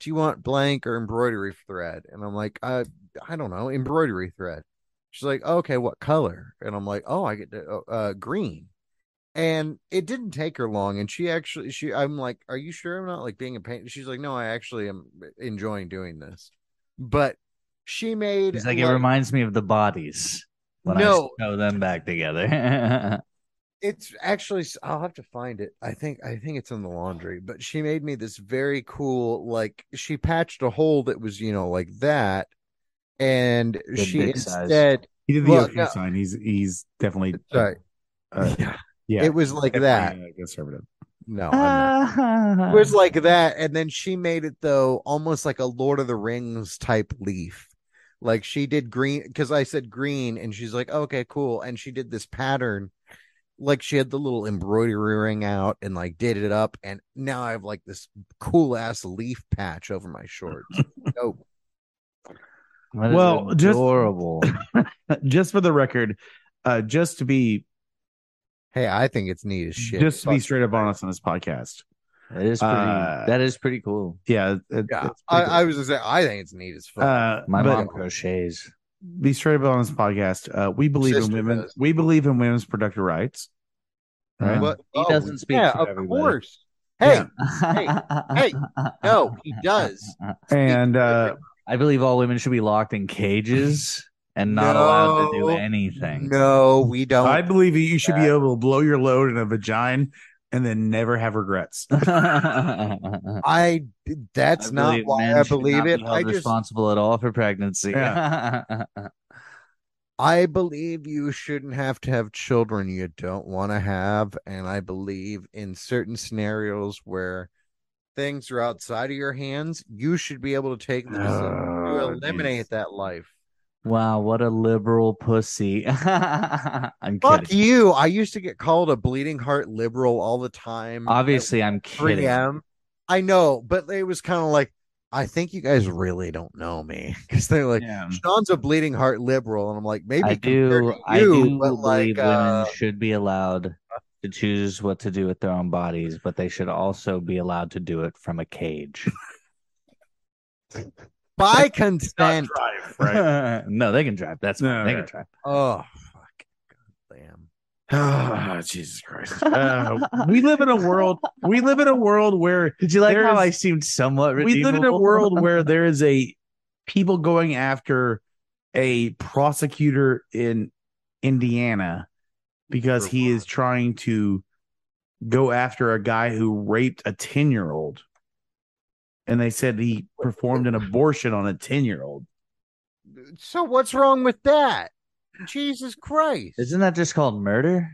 Do you want blank or embroidery thread? And I'm like, I I don't know, embroidery thread. She's like, Okay, what color? And I'm like, Oh, I get to, uh, uh green. And it didn't take her long. And she actually she I'm like, Are you sure I'm not like being a pain? She's like, No, I actually am enjoying doing this. But she made
He's like, it
like-
reminds me of the bodies when
No. Uh,
I sew them back together.
it's actually i'll have to find it i think i think it's in the laundry but she made me this very cool like she patched a hole that was you know like that and she
dick size.
instead
He did the
Well,
OK
no.
sign. He's he's definitely
sorry
uh,
yeah,
yeah,
it was like that
definitely, uh, conservative.
no I'm not.
Oh,
Uh,
it was like that and then she made it though almost like a lord of the rings type leaf like she did green because i said green and she's like okay cool and she did this pattern like she had the little embroidery ring out and like did it up and now i have like this cool ass leaf patch over my shorts Oh, dope
That is
Well, just-
adorable.
just for the record, uh, just to be
hey i think it's neat as shit
just to be
Fuck.
straight up honest on this podcast,
It is pretty.
Uh,
that is pretty cool.
yeah, it-
yeah
it's
I,
pretty
I was gonna say i think it's neat as
good.
fuck
uh,
My
but
mom crochets.
be straight up honest podcast. Uh, we believe in
sister
women.
does.
We believe in women's productive rights. Right?
What-
He
oh,
doesn't speak
yeah
for
of
everybody.
course hey
Uh, Yeah.
Hey, hey, no he does
and uh,
I believe all women should be locked in cages and not allowed to do
No.
anything.
no we don't
I believe you should be
that.
able to blow your load in a vagina and then never have regrets.
I that's
I
not
believe
why
men
I
should
believe
not
it.
Be held
I just
responsible at all for pregnancy.
I believe you shouldn't have to have children you don't want to have, and I believe in certain scenarios where things are outside of your hands, you should be able to take the decision to
Oh,
eliminate
geez.
that life.
wow, what a liberal pussy. I'm
Fuck
kidding.
you! I used to get called a bleeding heart liberal all the time.
Obviously, I'm kidding.
3M. I know, but it was kind of like, I think you guys really don't know me because they're like,
Yeah.
Sean's a bleeding heart liberal, and I'm like, maybe
Um, I
compared
do.
to
I
you,
do
but
believe
like, uh,
women should be allowed to choose what to do with their own bodies, but they should also be allowed to do it from a cage.
by consent.
drive, right?
no, they can drive. That's
No,
fine. they
right.
can drive.
Oh, fuck, goddamn.
Ah, Jesus Christ. Uh, we live in a world we live in a world where
Did you like
There
how I
is-
seemed somewhat redeemable?
we live in a world where there is a people going after a prosecutor in Indiana because he is trying to go after a guy who raped a 10 year old and they said he performed an abortion on a 10 year old
So what's wrong with that? Jesus Christ!
Isn't that just called murder?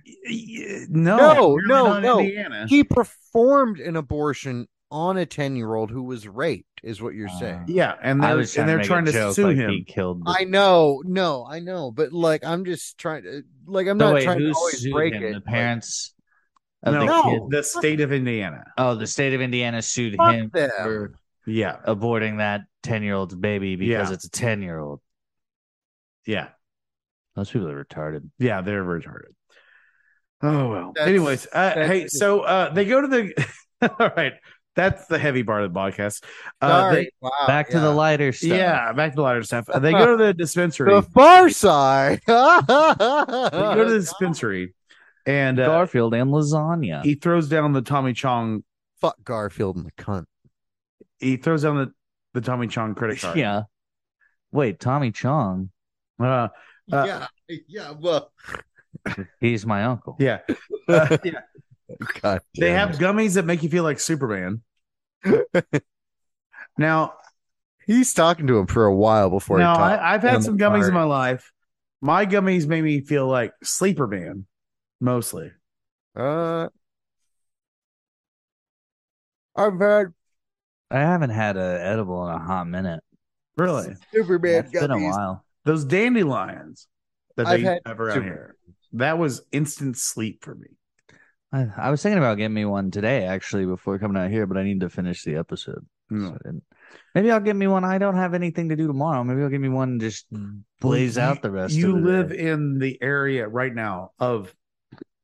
no
No,
apparently
no,
not in
no.
Indiana.
He performed an abortion on a ten-year-old who was raped, is what you're
Uh,
saying.
yeah and
I
they're,
was
and they're
make a
trying to
joke,
sue
like
him
He killed. The...
I know, no, I know, but like, I'm just trying to, like, I'm
No,
not
wait,
trying to
who
always
sued
break
him?
it.
The
but-
parents of
no,
the
No.
kid.
the state of Indiana.
Oh, the state of Indiana sued
Fuck
him
them.
for
Yeah,
aborting that ten-year-old's baby because
Yeah.
it's a ten-year-old.
yeah.
Those people are retarded.
Yeah, they're retarded. Oh well.
That's-
Anyways, uh,
that's-
hey, so uh, they go to the. all right, that's the heavy part of the podcast. Uh,
Sorry.
they-
wow,
Back to the lighter stuff.
yeah, back to the lighter stuff. Uh, They go to the dispensary.
The far side.
they go to the dispensary, and uh,
Garfield and lasagna.
he throws down the Tommy Chong.
Fuck Garfield and the cunt.
He throws down the the Tommy Chong credit card.
yeah. Wait, Tommy Chong.
Uh, Uh,
yeah, yeah. Well,
He's my uncle.
yeah. Uh, yeah.
God
They
damn
have
it.
gummies that make you feel like Superman. now,
He's talking to him for a while before.
now
he talks.
I, I've had
And
some gummies in my life. My gummies made me feel like Sleeper Man, mostly.
Uh, I've had
I haven't had an edible in a hot minute.
Really,
Superman
it's been a
gummies.
while.
those dandelions that
I've
they
had
have around
Superman.
here. That was instant sleep for me.
I, I was thinking about getting me one today, actually, before coming out here, but I need to finish the episode. so
Mm.
I didn't. Maybe I'll get me one. I don't have anything to do tomorrow. Maybe I'll get me one and just blaze
You-
out the rest.
Hmm. You
of the
live
day.
in the area right now of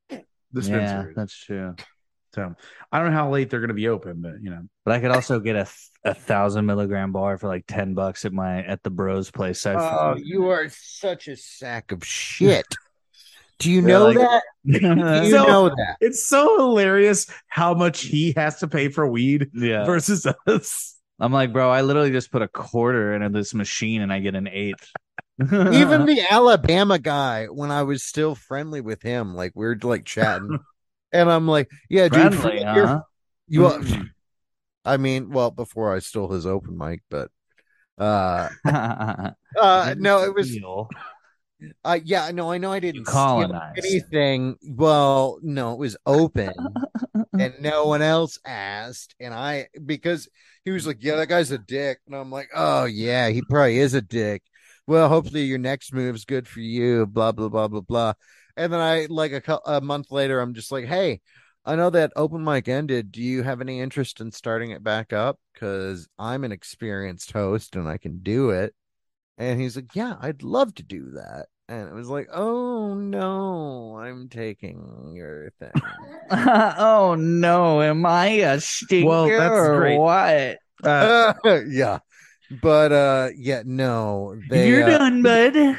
Yeah,
dispensaries.
that's true.
so I don't know how late they're going to be open, but you know,
But I could also get a th- a thousand milligram bar for like ten bucks at my at the bros place. So I
Oh,
found-
you are such a sack of shit. Do you know
like- uh,
that? Do you
So-
know that?
it's so hilarious how much he has to pay for weed
yeah.
versus us.
I'm like, bro, I literally just put a quarter into this machine and I get an eighth.
Even the Alabama guy, when I was still friendly with him, like we were like chatting, and I'm like, "Yeah, dude,
friendly,
for what you're-
huh?
you." Are, I mean, well, before I stole his open mic, but uh, uh, no, it was
Deal.
Uh, yeah, no, I know I didn't steal
colonized.
anything. Well, no, it was open, and no one else asked. And I, because he was like, "Yeah, that guy's a dick," and I'm like, "Oh yeah, he probably is a dick." Well, hopefully your next move's good for you. Blah blah blah blah blah. And then I, like a, cou- a month later, I'm just like, "Hey, I know that open mic ended. Do you have any interest in starting it back up? Because I'm an experienced host and I can do it." And he's like, Yeah, I'd love to do that. And it was like, Oh no, I'm taking your thing.
oh no, am I a stinker
Well, that's
or
great.
what?
Uh,
yeah. But uh yeah, no. They,
You're
uh,
done, bud.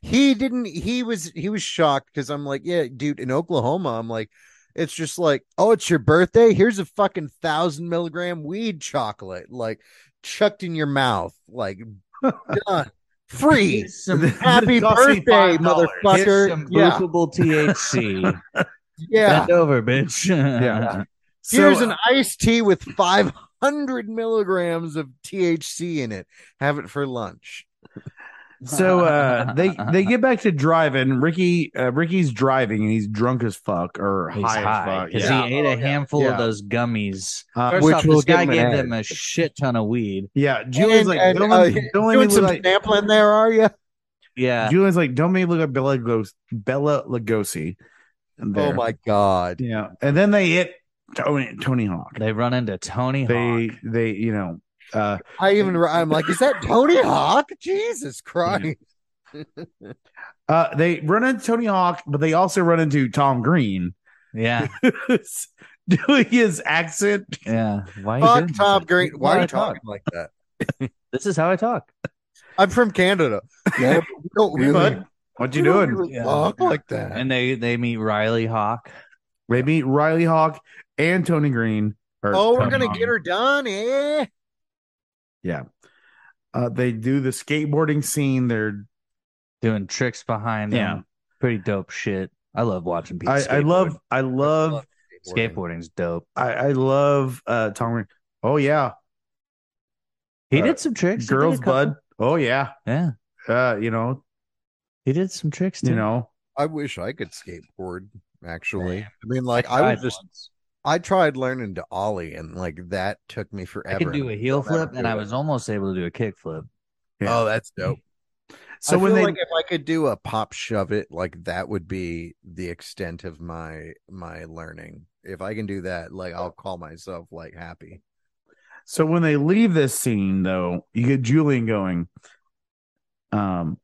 he didn't he was he was shocked because I'm like, Yeah, dude, in Oklahoma, I'm like, it's just like, oh, it's your birthday. Here's a fucking thousand milligram weed chocolate, like chucked in your mouth, like done. Free.
Here's some,
Happy
Cost me $5.
birthday,
here's
motherfucker.
some
yeah.
boofable THC.
Yeah.
Bend over, bitch.
Yeah. So,
Here's an iced tea with 500 milligrams of THC in it. Have it for lunch.
So uh, they they get back to driving. Ricky uh, Ricky's driving and he's drunk as fuck or
He's
high,
high
as fuck.
because
Yeah.
he ate a handful
Yeah.
of those gummies.
Uh,
First
which
off,
will
this
give
guy
him an
gave
edge.
them a shit ton of weed.
yeah, Julian's
And-
like,
and,
don't,
uh,
let me, don't let me
Doing
look
some
like
sampling there, are you?
Yeah,
Julian's like, don't make me look like Bella Lugosi. Bella Lugosi. And
Oh
there.
my God.
Yeah, and then they hit Tony Tony Hawk.
they run into Tony
They
Hawk.
they you know uh,
I even, I'm like, is that Tony Hawk? Jesus Christ.
uh they run into Tony Hawk, but they also run into Tom Green
Yeah,
doing his accent.
yeah. Why are you doing
Fuck
this?
Tom Green. Why are
Why
you
talk?
talking like that?
This is how I talk.
I'm from Canada. Yeah, but we don't
Hey,
really,
bud, what you
we don't
doing?
really
Yeah.
talk like that.
And they they meet Riley Hawk.
They meet Riley Hawk and Tony Green. or
oh, we're
Tony
gonna
Hawk.
get her done, eh?
Uh, they do the skateboarding scene. They're
doing tricks behind
Yeah.
them. Pretty dope shit. I love watching people.
I, I
skateboard.
love I love
skateboarding's dope.
I, I love uh Tom Green. Oh yeah,
He
Uh,
did some tricks. He did a
girls
couple-
bud. Oh yeah,
Yeah,
uh you know
he did some tricks. Too.
you know
I wish I could skateboard. Actually,
Man.
I mean, like I,
tried
was just
once.
I tried learning to ollie, and like that took me forever.
I could do a heel
I'll never
flip,
do
and I
it.
was almost able to do a kick flip.
Yeah.
Oh, that's dope.
So
I
when
feel
they
like if I could do a pop shove it, like that would be the extent of my my learning. If I can do that, like I'll call myself like happy.
So when they leave this scene, though, you get Julian going, um,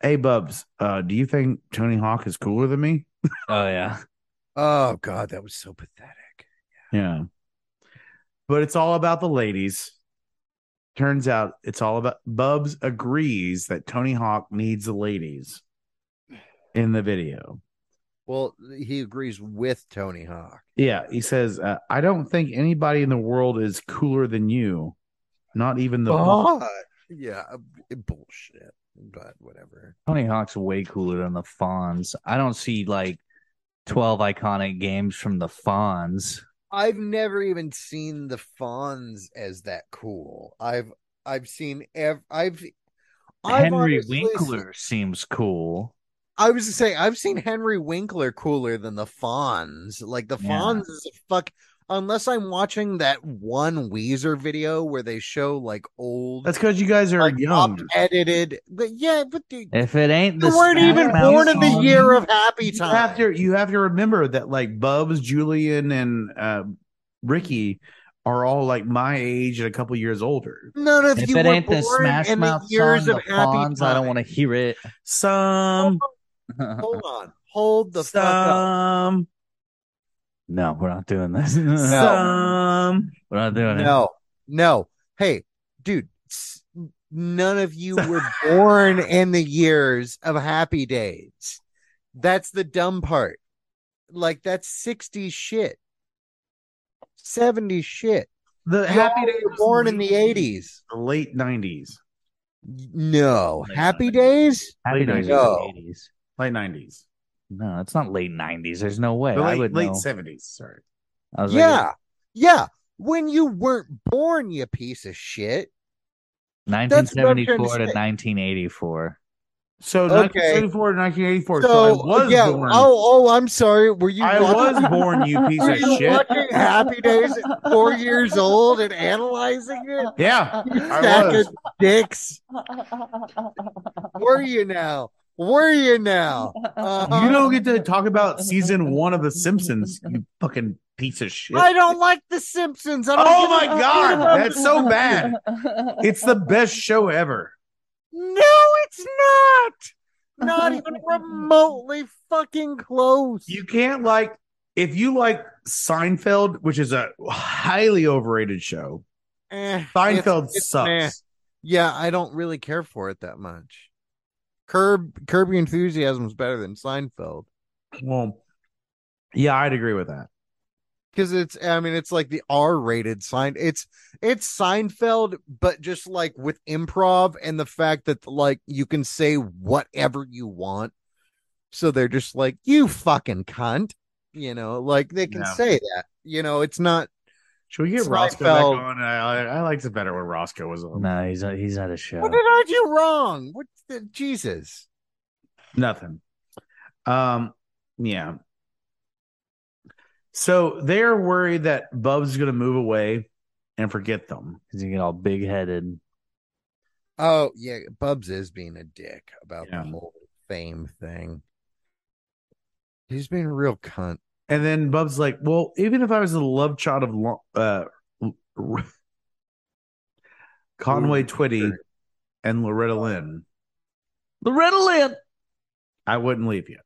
hey Bubs, uh, do you think Tony Hawk is cooler than me?
Oh yeah.
Oh God, that was so pathetic.
Yeah. But it's all about the ladies. Turns out it's all about Bubs agrees that Tony Hawk needs the ladies in the video.
Well, he agrees with Tony Hawk.
Yeah, he says, uh, I don't think anybody in the world is cooler than you. Not even the Bubs."
But- yeah, uh, bullshit. But whatever.
Tony Hawk's way cooler than the Fonz. I don't see like twelve iconic games from the Fonz.
I've never even seen the Fonz as that cool. I've I've seen ev- I've I've
Henry
honestly
Winkler seems cool.
I was to say I've seen Henry Winkler cooler than the Fonz. Like the
Yeah.
Fonz is a fuck. Unless I'm watching that one Weezer video where they show like old,
That's because you guys are
like
young.
edited. But yeah, but dude,
If it ain't the
you weren't even
Smack Mouth
born in the
song-
year of happy
You
time.
have to you have to remember that like Bubs, Julian, and uh, Ricky are all like my age and a couple years older.
None of
If
you
it
were
ain't
born
the Smash
in
Mouth
the years
song,
of
the
happy
Fonz, I don't want to hear it.
Some,
Hold on, hold the fuck up.
some,
no, we're not doing this.
some.
We're not doing it.
No, no. Hey, dude, s- none of you were born in the years of happy days. That's the dumb part. Like, that's 60s shit, 70s shit.
The
Happy
Happy
Days were born in the 80s.
late nineties,
No,
Like,
happy
like-
days.
Happy
Late
Days
90s.
was
No.
the 80s.
late nineties,
No, it's not late 90s. There's no way. I
late
would
late
know.
seventies. Sorry,
I was like,
Yeah, yeah. When you weren't born, you piece of shit. That's what I'm trying to
1974 to
say.
1984.
so
Okay.
1974 to 1984. So, I
So,
was
yeah.
born.
Oh, oh, I'm sorry. Were you?
I
watching-
was born, you piece
Were
of
you
shit.
watching Happy Days at four years old and analyzing it?
Yeah,
You
I
sack
was.
of dicks. Were you now? Were you now? Uh-huh.
you don't get to talk about season one of The Simpsons. You fucking piece of shit.
I don't like The Simpsons. I don't
Oh
give
my
a-
god, that's so bad. It's the best show ever.
No, it's not. Not even remotely fucking close.
You can't like if you like Seinfeld, which is a highly overrated show.
Eh,
Seinfeld
it's- it's
sucks.
meh. Yeah, I don't really care for it that much. Curb Curb Your Enthusiasm is better than Seinfeld.
Well, yeah, I'd agree with that.
because it's i mean it's like the r-rated sign it's it's seinfeld but just like with improv and the fact that like you can say whatever you want so they're just like you fucking cunt you know like they can
Yeah.
say that you know it's not
Should we get Roscoe
Seinfeld-
back on? I, I, I liked it better when Roscoe was on.
No, he's he's at a show.
what did i do wrong what the jesus
Nothing. Um, yeah. So they're worried that Bub's is going to move away and forget them.
Because you get all big headed.
oh yeah bubs is being a dick about
Yeah.
the whole fame thing he's being a real cunt
And then Bub's like, "Well, even if I was the love child of Lo- uh, Conway Twitty and Loretta Lynn,
The Ritalin.
I wouldn't leave you."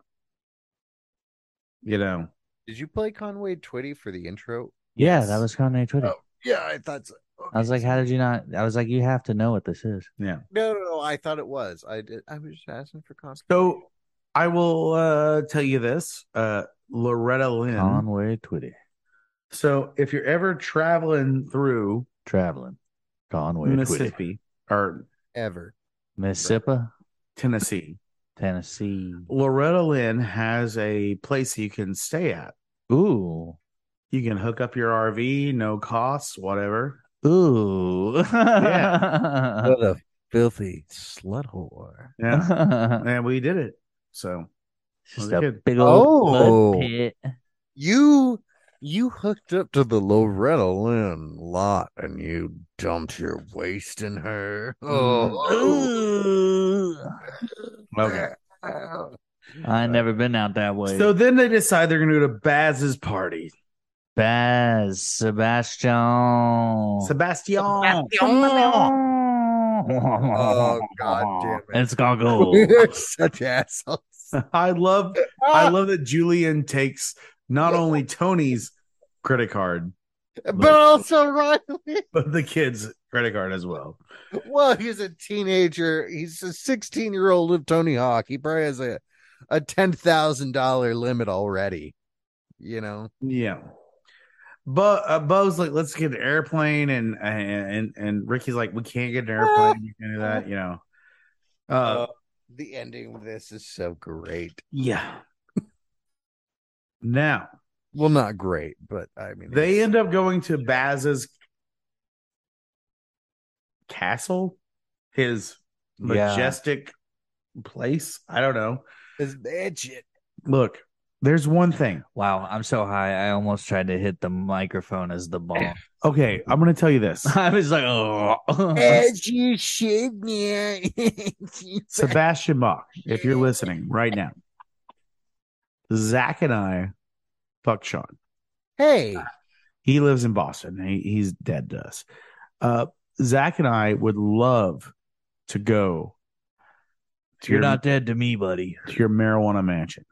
You know,
did you play conway twitty for the intro
Yeah,
Yes.
that was Kanye Twitter.
Oh, Yeah, I thought so.
I was like,
Okay,
how did you not? I was like, you have to know what this is.
No, no, no. I thought it was. I did. I was just asking for context.
so I will uh, tell you this, uh, Loretta Lynn.
Mm-hmm.
Conway Twitty.
So if you're ever traveling through
Traveling. Conway Twitty.
Mississippi or
ever.
Mississippi,
Tennessee,
Tennessee.
Loretta Lynn has a place you can stay at.
Ooh.
You can hook up your RV, no costs, whatever.
Ooh. uh-huh.
Yeah.
a filthy slut whore.
Yeah. and we did it. So
It's just
Well, they
a
could-
big old
Oh.
mud pit.
You, you hooked up to the Loretta Lynn lot, and you dumped your waist in her.
Uh,
Oh.
okay.
I ain't never been out that way.
So then they decide they're gonna go to Baz's party.
Baz Sebastian. Oh.
Sebastian.
Sebastian.
Oh, God damn it.
And it's gonna go.
Such assholes. Uh,
I love
Ah.
I love that Julian takes not only Tony's credit card
but also Riley.
but the kid's credit card as well.
Well, he's a teenager. He's a 16 year old of Tony Hawk. He probably has a, a $10,000 limit already. You know,
Yeah. But uh, Bo's like, let's get an airplane, and and and Ricky's like, we can't get an airplane. You can do that, you know. Uh,
Oh, the ending of this is so great.
yeah. now
Well, not great, but I mean,
they end up going to Baz's castle, his
Yeah.
majestic place. I don't know.
it's magic.
Look, there's one thing.
Wow, I'm so high. I almost tried to hit the microphone as the bomb.
Okay, I'm gonna tell you this.
I was like, oh.
As you should, man.
Sebastian Bach, if you're listening right now, Zach and I fuck Sean.
hey,
He lives in Boston. He, he's dead to us. Uh, Zach and I would love to go to
You're
your,
not dead to me, buddy.
to your marijuana mansion.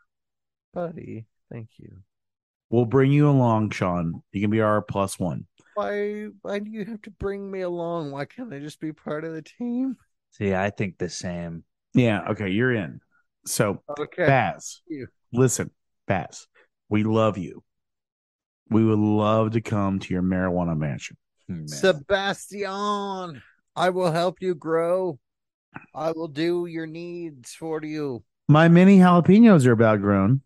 buddy. Thank you.
We'll bring you along, Sean. You can be our plus one.
Why? Why do you have to bring me along? Why can't I just be part of the team?
See, I think the same.
Yeah. Okay. You're in. So,
Okay.
Baz,
you.
listen, Baz, we love you. We would love to come to your marijuana mansion.
Hmm, Man.
Sebastian, I will help you grow. I will do your needs for you.
My mini jalapenos are about grown.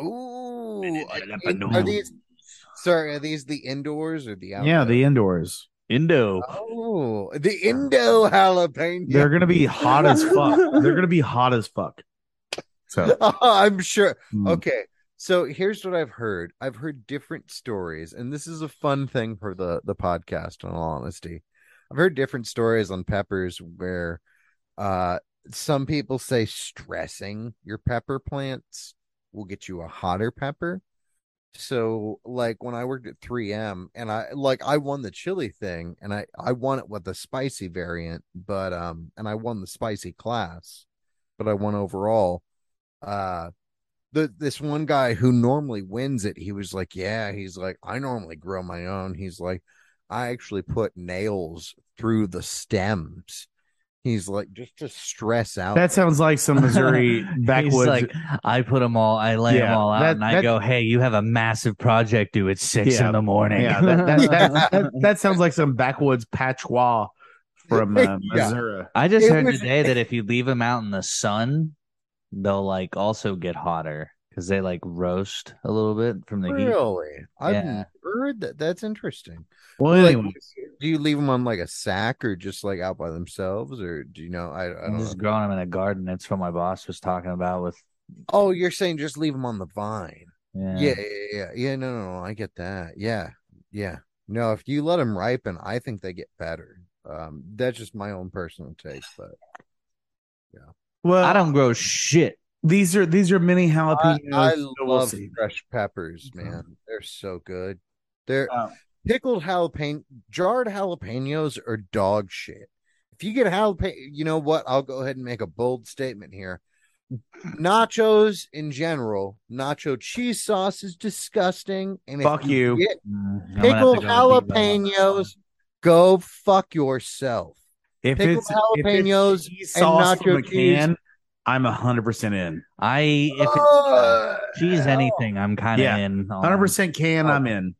Ooh, I think- are
Jalapeno.
these? Sorry, are these the indoors or the outdoors?
Yeah, the indoors.
Indo.
oh, the Indo jalapeno.
They're gonna be hot as fuck. They're gonna be hot as fuck. So
I'm sure.
mm,
Okay, so here's what I've heard. I've heard different stories, and this is a fun thing for the the podcast. In all honesty, I've heard different stories on peppers where, uh, some people say stressing your pepper plants will get you a hotter pepper. So, like when I worked at 3M, and I like I won the chili thing, and I I won it with the spicy variant, but um, and I won the spicy class, but I won overall. Uh, the this one guy who normally wins it, he was like, yeah, he's like, I normally grow my own. He's like, I actually put nails through the stems. He's like, just to stress out.
that sounds like some Missouri
He's
backwoods.
like, I put them all, I lay them
Yeah,
all out,
that-
and I
that-
go, hey, you have a massive project due at six
Yeah,
in the morning.
yeah, that, that, that, that, that sounds like some backwoods patois from uh,
Yeah.
Missouri.
I just
It
heard
was-
today that if you leave them out in the sun, they'll like also get hotter because they like roast a little bit from the heat.
Really? I've
Yeah.
heard that. That's interesting.
Well,
Like,
anyway,
do you leave them on like a sack or just like out by themselves or do you know? I, I
I'm
don't
just
know.
growing them in a garden. That's what my boss was talking about with.
Oh, you're saying just leave them on the vine?
Yeah.
Yeah, yeah, yeah. yeah. Yeah, No, no, no. I get that. Yeah, yeah. No, if you let them ripen, I think they get better. Um, that's just my own personal taste, but
well,
I don't grow shit.
These are these are mini
I,
jalapenos.
I
so we'll
love
see. um,
fresh peppers, man. They're so good. They're
Oh.
pickled jalapeno, jarred jalapenos are dog shit. If you get jalapeno, you know what? I'll go ahead and make a bold statement here. Nachos in general, nacho cheese sauce is disgusting. And if
Fuck you.
get
Mm, I'm gonna have to
pickled
go with these on my-
jalapenos, go fuck yourself.
If
pickled
it's if it's
jalapenos
cheese
and
sauce from
nacho
a
cheese.
can, I'm hundred percent in.
I if it's
Ugh.
cheese anything, I'm kind of
Yeah,
in. on.
Hundred percent can. I'm in.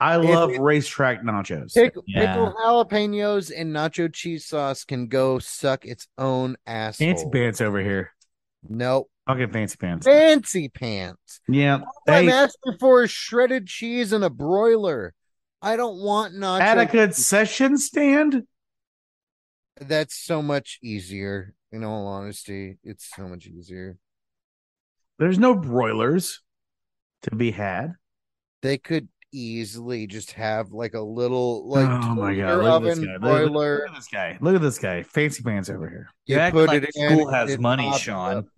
I
If
love
Um, oh. it-
racetrack nachos.
Pick,
Yeah.
Pickled jalapenos and nacho cheese sauce can go suck its own asshole.
Fancy pants over here.
No,
Fucking fancy pants.
fancy pants.
Yeah.
All I'm
Hey,
asking for is shredded cheese and a broiler. I don't want nacho.
at a concession stand?
That's so much easier. In all honesty, it's so much easier.
There's no broilers to be had.
They could easily just have like a little like
oh my god!
toaster
Look at this
oven
guy. Look- Look,
broiler.
look at this guy. Look at this guy. Fancy pants over here.
You
You
act
put
like
it in,
school has
it
money,
pops up.
Sean.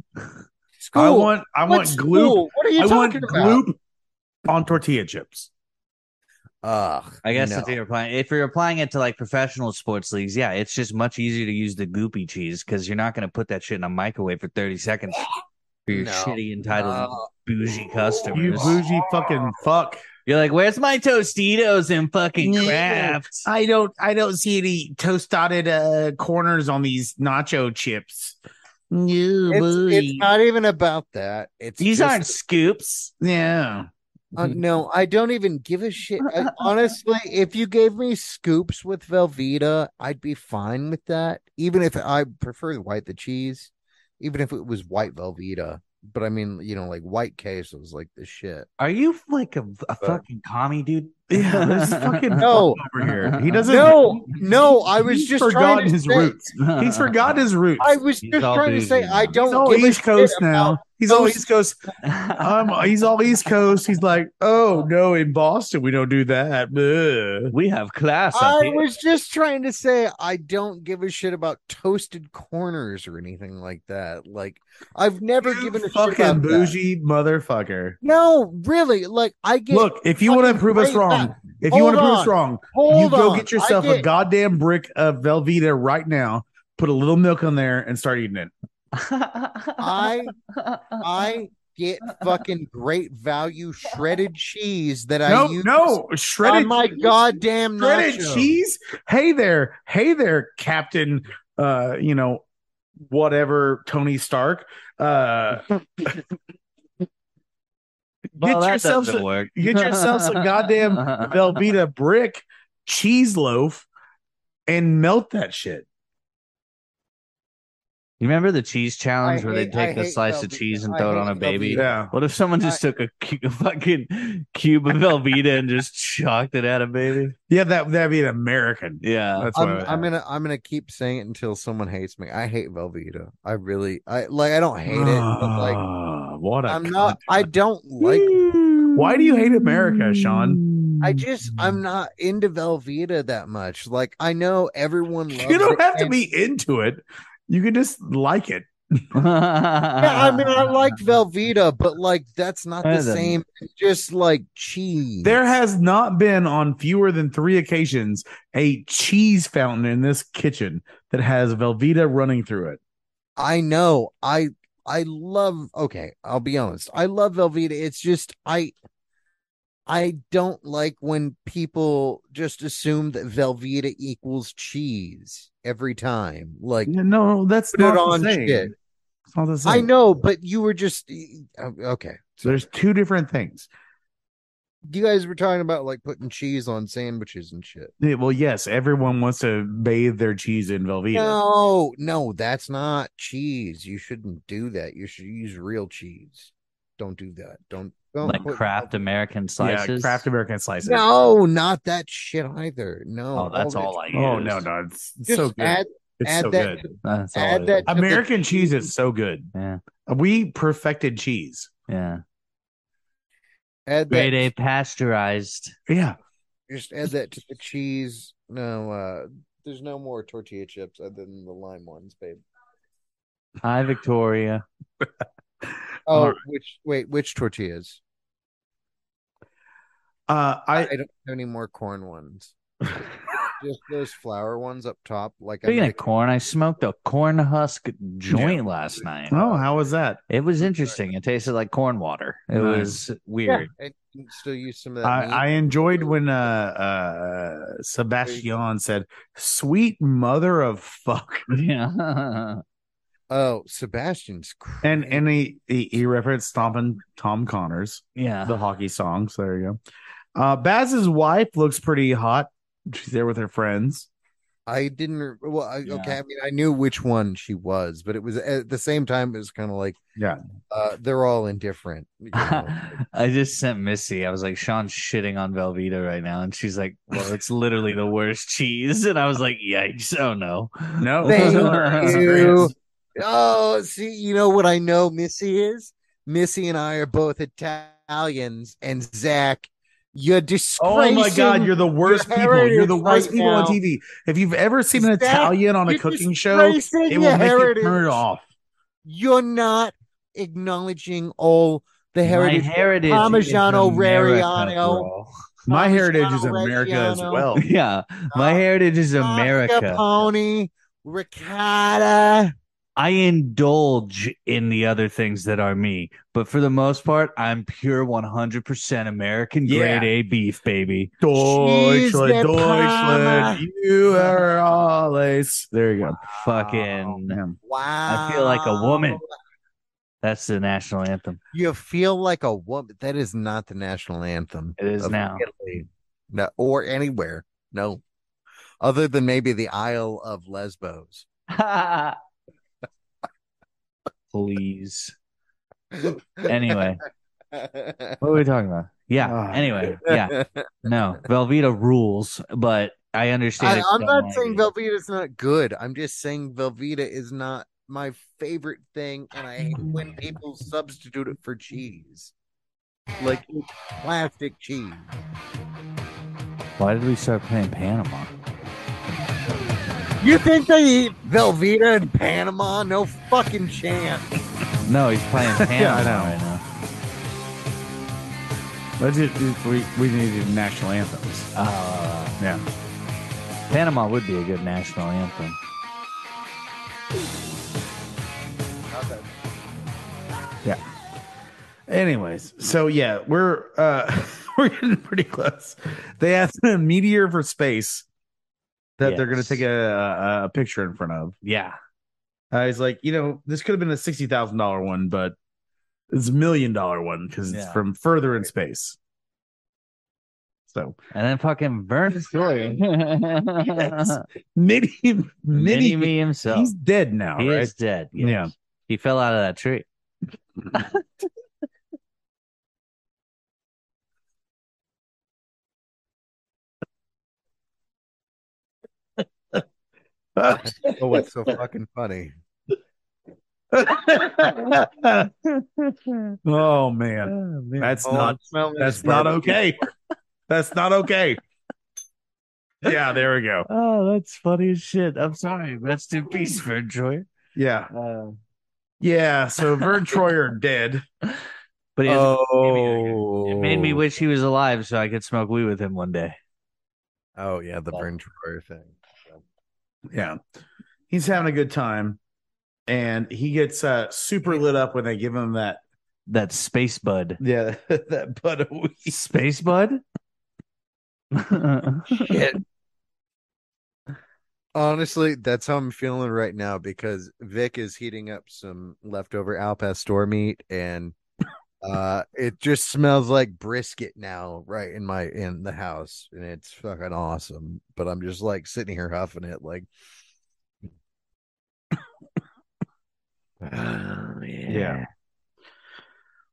School.
I want. I
What
want gloop.
school? What are you
I want
talking about?
gloop on tortilla chips.
Ugh.
I guess
no.
if you're applying if you're applying it to like professional sports leagues, yeah, it's just much easier to use the goopy cheese because you're not going to put that shit in a microwave for 30 seconds for your
No.
shitty entitled
Uh,
bougie
You
customers. You
bougie fucking fuck.
are like, where's my Tostitos and fucking
Yeah.
Kraft?
I don't I don't see any toast dotted uh, corners on these nacho chips. No,
it's, it's not even about that. It's
These
just-
aren't scoops.
yeah.
Uh,
Mm.
no, I don't even give a shit. I- honestly, if you gave me scoops with Velveeta, I'd be fine with that. Even if I prefer the white the cheese, even if it was white Velveeta. But I mean, you know, like white queso is like the shit.
Are you like a, a fucking commie, dude?
Yeah, there's fucking
No.
over here. He doesn't
No, no, I was
he's
just
forgotten
trying to
his
say,
roots. He's forgotten his roots.
I was
He's
just
all
trying to say
bougie
I
now.
He's
don't
all
give
East
a
Coast
shit
now.
about-
He's all
Oh,
East Coast. Um, he's all East Coast. He's like, oh no, in Boston we don't do that. Ugh.
we have class. up
I
here.
was just trying to say I don't give a shit about toasted corners or anything like that. Like I've never given a shit
Fucking
about that.
bougie motherfucker.
No, really. Like I get
Look, if you want to
fucking
prove us
great
wrong,
back.
if you want to
Hold
prove us
on.
wrong,
Hold
you go
on.
get yourself
I
a
get-
goddamn brick of Velveeta right now. Put a little milk on there and start eating it.
I I get fucking great value shredded cheese that I
No,
use
no,
on
shredded,
my goddamn
shredded
nacho.
cheese. Hey there, hey there, Captain. Uh, you know, whatever, Tony Stark. Uh,
well,
get
that
yourself
doesn't
some-
work.
get yourself some goddamn Velveeta brick cheese loaf and melt that shit.
You remember the cheese challenge
I
where
hate-
they take
I
a
hate
slice of
Velveeta.
cheese and
I
throw it
hate
on a baby?
Velveeta.
Yeah.
What if someone
Uh,
just took a, cu- a fucking cube of Velveeta and just chucked it at a baby?
Yeah, that that'd be an American.
Yeah.
That's what
I'm,
I-
I'm gonna I'm gonna keep saying it until someone hates me. I hate Velveeta. I really I like I don't hate it, but like
Ah, what a
I'm
cunt.
not I don't like
Why do you hate America, Sean?
I just I'm not into Velveeta that much. Like I know everyone loves
You don't
it,
have to
and-
be into it. You can just like it.
Yeah, I mean I
Ah.
like Velveeta, but like that's not
That
the
doesn't-
same. It's Just like cheese.
There has not been on fewer than three occasions a cheese fountain in this kitchen that has Velveeta running through it.
I know. I I love okay, I'll be honest. I love Velveeta. It's just I I don't like when people just assume that Velveeta equals cheese every time. Like
No, that's
put
not
it
the
on
same.
shit.
It's not the same.
I know, but you were just okay.
So there's two different things.
You guys were talking about like putting cheese on sandwiches and shit.
Yeah, well, yes, everyone wants to bathe their cheese in Velveeta.
No, no, that's not cheese. You shouldn't do that. You should use real cheese. Don't do that. Don't don't
like
put-
Kraft American
yeah,
slices.
Kraft American slices.
No, not that shit either. No.
Oh, that's all I use.
Oh no, no, it's, it's
Just
so good.
add
it's
add
so
that-
good.
That's all
add
I
that. to the
American cheese is so good.
Yeah.
We perfected cheese.
Yeah.
Add
Grade A
that.
pasteurized.
Yeah.
Just add that to the cheese. No, uh, there's no more tortilla chips other than the lime ones, babe.
Hi, Victoria.
Oh,
All right.
which wait, which tortillas?
Uh,
I,
I
don't have any more corn ones. Just those flour ones up top, like
Speaking
I'm
of corn, I smoked a corn husk joint last night.
oh, how was that?
It was interesting. It tasted like corn water. It
Nice.
was weird.
I can still use some of that.
I,
meat.
I enjoyed when uh, uh, Sebastian said, "Sweet mother of fuck,"
Yeah.
oh, Sebastian's
and
crazy.
and he he, he referenced stomping Tom Connors,
yeah.
the hockey song. So there you go. Uh, Baz's wife looks pretty hot. She's there with her friends.
I didn't. Well, I,
Yeah.
okay. I mean, I knew which one she was, but it was at the same time. It was kind of like,
Yeah.
uh, they're all indifferent. you know?
I just sent Missy. I was like, Sean's shitting on Velveeta right now. And she's like, Well, it's literally the worst cheese. And I was like, Yikes. Oh, no.
No,
Thank
It's
you.
great.
oh, see, you know what I know Missy is? Missy and I are both Italians, and Zach, you're
Oh
disgracing.
my god, you're the worst
your
people. You're the
heritage
worst
right
people on
now.
TV. If you've ever seen an
Zach,
Italian on a
you're
cooking show, it
disgracing
will
your
make you
heritage.
turn it off.
You're not acknowledging all the
My
heritage.
heritage is
Parmigiano
America,
Reggiano.
bro.
My heritage is
Luciano
America as
Reggiano.
well.
Yeah, my
Uh,
heritage is
America.
America.
Pony, ricotta.
I indulge in the other things that are me, but for the most part, I'm pure 100% American
Yeah.
grade A beef, baby.
She's
Deutschland,
the
Deutschland,
Palmer.
you are always. There you go.
Fucking,
Man.
Wow.
feel like a woman. that's the national anthem.
You feel like a woman. That is not the national anthem.
It is
of
now.
Italy. No, or anywhere. No. Other than maybe the Isle of Lesbos.
Please. Anyway,
yeah.
what were we talking about? Yeah.
Ah.
Anyway, yeah. No, Velveeta rules, but I
I,
understand. if you
I'm
don't
not
like
saying
it.
Velveeta's not good. I'm just saying Velveeta is not my favorite thing, and I hate
Mm.
when people substitute it for cheese. Like it's plastic cheese.
Why did we start playing Panama?
You think they eat Velveeta in Panama? No fucking chance.
No, he's playing Panama
I know.
right now.
Let's do, we we need to do national anthems.
Uh,
Yeah.
Panama would be a good national anthem.
Anyways, so yeah, we're uh we're getting pretty close. They asked a meteor for space that they're going to
Yes.
take a, a, a picture in front of.
Yeah.
I was like, you know, this could have been a sixty thousand dollar one, but it's a million dollar one because it's
Yeah.
from further in space. So
And then fucking Vern Story.
Yes. Mini Mini,
Mini me himself.
he's dead now,
he
right?
is dead.
Yeah.
yes. He fell out of that tree.
Oh, what's so fucking funny?
oh man, that's
Oh,
not
smell this
that's not
barbecue.
okay. that's not okay. Yeah, there we go.
Oh, that's funny as shit. I'm sorry. Rest in peace, Vern Troyer.
Yeah,
Uh,
yeah. So Vern Troyer dead.
but he has a
Oh,
It made me wish he was alive so I could smoke weed with him one day.
Oh yeah, the Vern Troyer thing.
Yeah, he's having a good time, and he gets uh, super lit up when they give him that.
That space bud.
Yeah, that butt of weed.
Space bud?
Shit. Honestly, that's how I'm feeling right now because Vic is heating up some leftover Al Pastor meat and uh it just smells like brisket now right in my in the house and it's fucking awesome. But I'm just like sitting here huffing it like
yeah.
Yeah.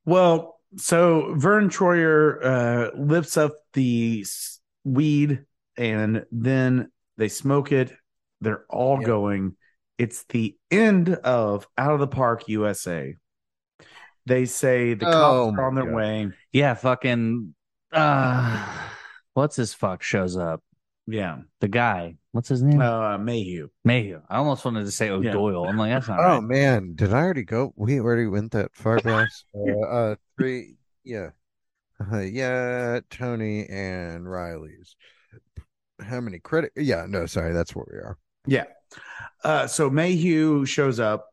Well, so Vern Troyer uh, lifts up the s- weed and then they smoke it. They're all
Yep.
going. It's the end of Out of the Park USA. They say the
Oh,
cops are on
my
their
God.
way.
Yeah, fucking uh what's his fuck shows up?
Yeah.
The guy. What's his name?
Uh, Mayhew.
Mayhew. I almost wanted to say O'Doyle. I'm like, that's not
Oh
right.
man, did I already go? We already went that far past uh, uh three yeah. Uh, yeah, Tony and Riley's. How many credit? Yeah, no, sorry, that's where we are.
Uh, so Mayhew shows up.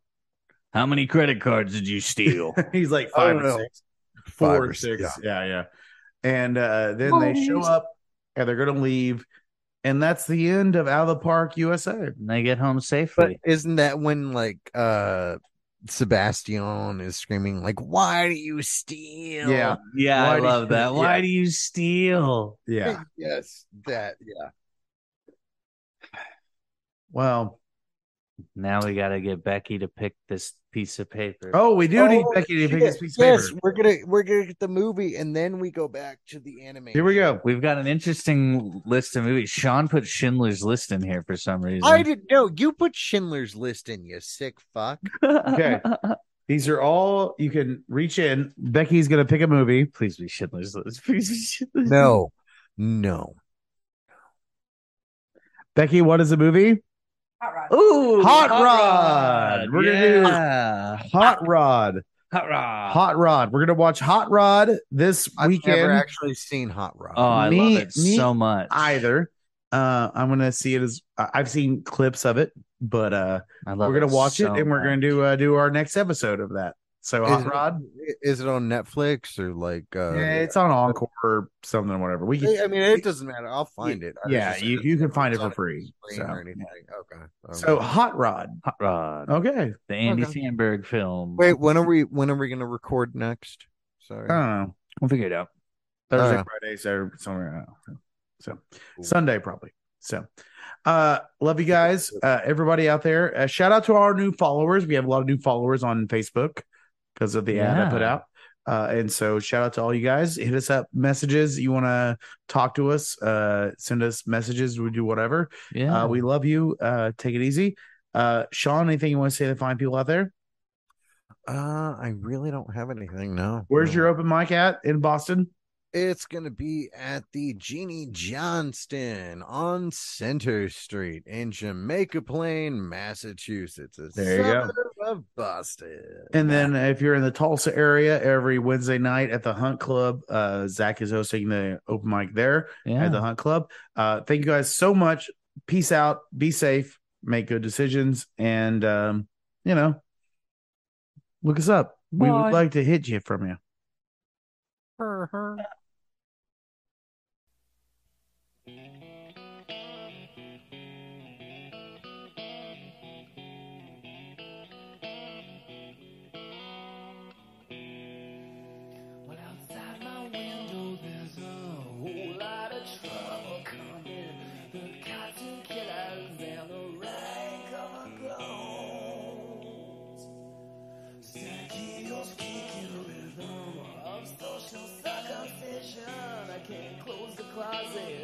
How many credit cards did you steal?
He's like
I
five
don't
or
know.
six, four
Five
or
or
six.
six,
Yeah, yeah. And uh, then they show up and they're going to leave. And that's the end of Out of the Park USA.
and they get home
But
safely.
isn't that when like uh Sebastian is screaming like why do you steal?
Yeah.
yeah,
Why
I
do
love
you-
that.
yeah.
Why do you steal?
Yeah.
Yes, that yeah.
Well,
Now we got to get Becky to pick this piece of paper.
oh, we do
Oh,
need Becky to pick this
shit,
piece of
yes,
paper.
we're gonna we're gonna get the movie and then we go back to the anime.
Here we go.
We've got an interesting list of movies. Sean put Schindler's List in here for some reason.
I didn't know you put Schindler's List in, you sick fuck.
Okay. These are all you can reach in. Becky's going to pick a movie.
Please be Schindler's List. Please be Schindler's List.
No, no.
Becky, what is the movie?
Ooh,
Hot Rod. We're gonna do-
yeah.
Hot Rod.
Hot rod.
Hot Rod. We're gonna watch Hot Rod this
I've
weekend.
never actually seen Hot Rod.
oh, I
Me-
love it
me-
so much.
either. Uh, I'm gonna see it as I- I've seen clips of it, but uh,
I love
we're gonna
it
watch
so
it and we're gonna
much.
do uh, do our next episode of that. So
Is
Hot
it-
Rod,
Is it on Netflix or like? Uh,
yeah, it's on Encore or something, or whatever. We can,
I mean, it doesn't matter. I'll find it. I was
yeah,
just-
you, you can find it
it's
for
on
free.
Explain or
So,
anything. Okay. Um,
so
Okay.
Hot Rod,
Hot Rod,
okay.
Uh, the Andy
okay.
Sandberg film.
wait, when are we? When are we going to record next? Sorry.
I don't know.
we'll figure it out.
Thursday,
Uh-huh.
Uh.
Friday, Saturday, somewhere. I don't know. So
Cool.
Sunday probably. So uh love you guys. Uh everybody out there. Uh, shout out to our new followers. We have a lot of new followers on Facebook because of the ad I put
Yeah.
out. Uh, and so shout out to all you guys. Hit us up messages. You want to talk to us, uh, send us messages. We do whatever.
Yeah,
Uh, we love you. Uh, take it easy. Uh, Sean, anything you want to say to fine people out there?
Uh, I really don't have anything now.
Where's your open mic at in Boston?
It's going to be at the Jeannie Johnston on Center Street in Jamaica Plain, Massachusetts. A
There you go.
suburb Of Boston.
And then if you're in the Tulsa area, every Wednesday night at the Hunt Club, uh, Zach is hosting the open mic there
yeah.
at the Hunt Club. Uh, thank you guys so much. Peace out. Be safe. Make good decisions. And, um, you know, look us up. We
Bye.
would like to hit you from you.
Well, outside my window, there's a whole lot of trouble coming. The cotton killers and the rank of clones. Zacchaeus kicking rhythm of social circumcision. I can't close the closet.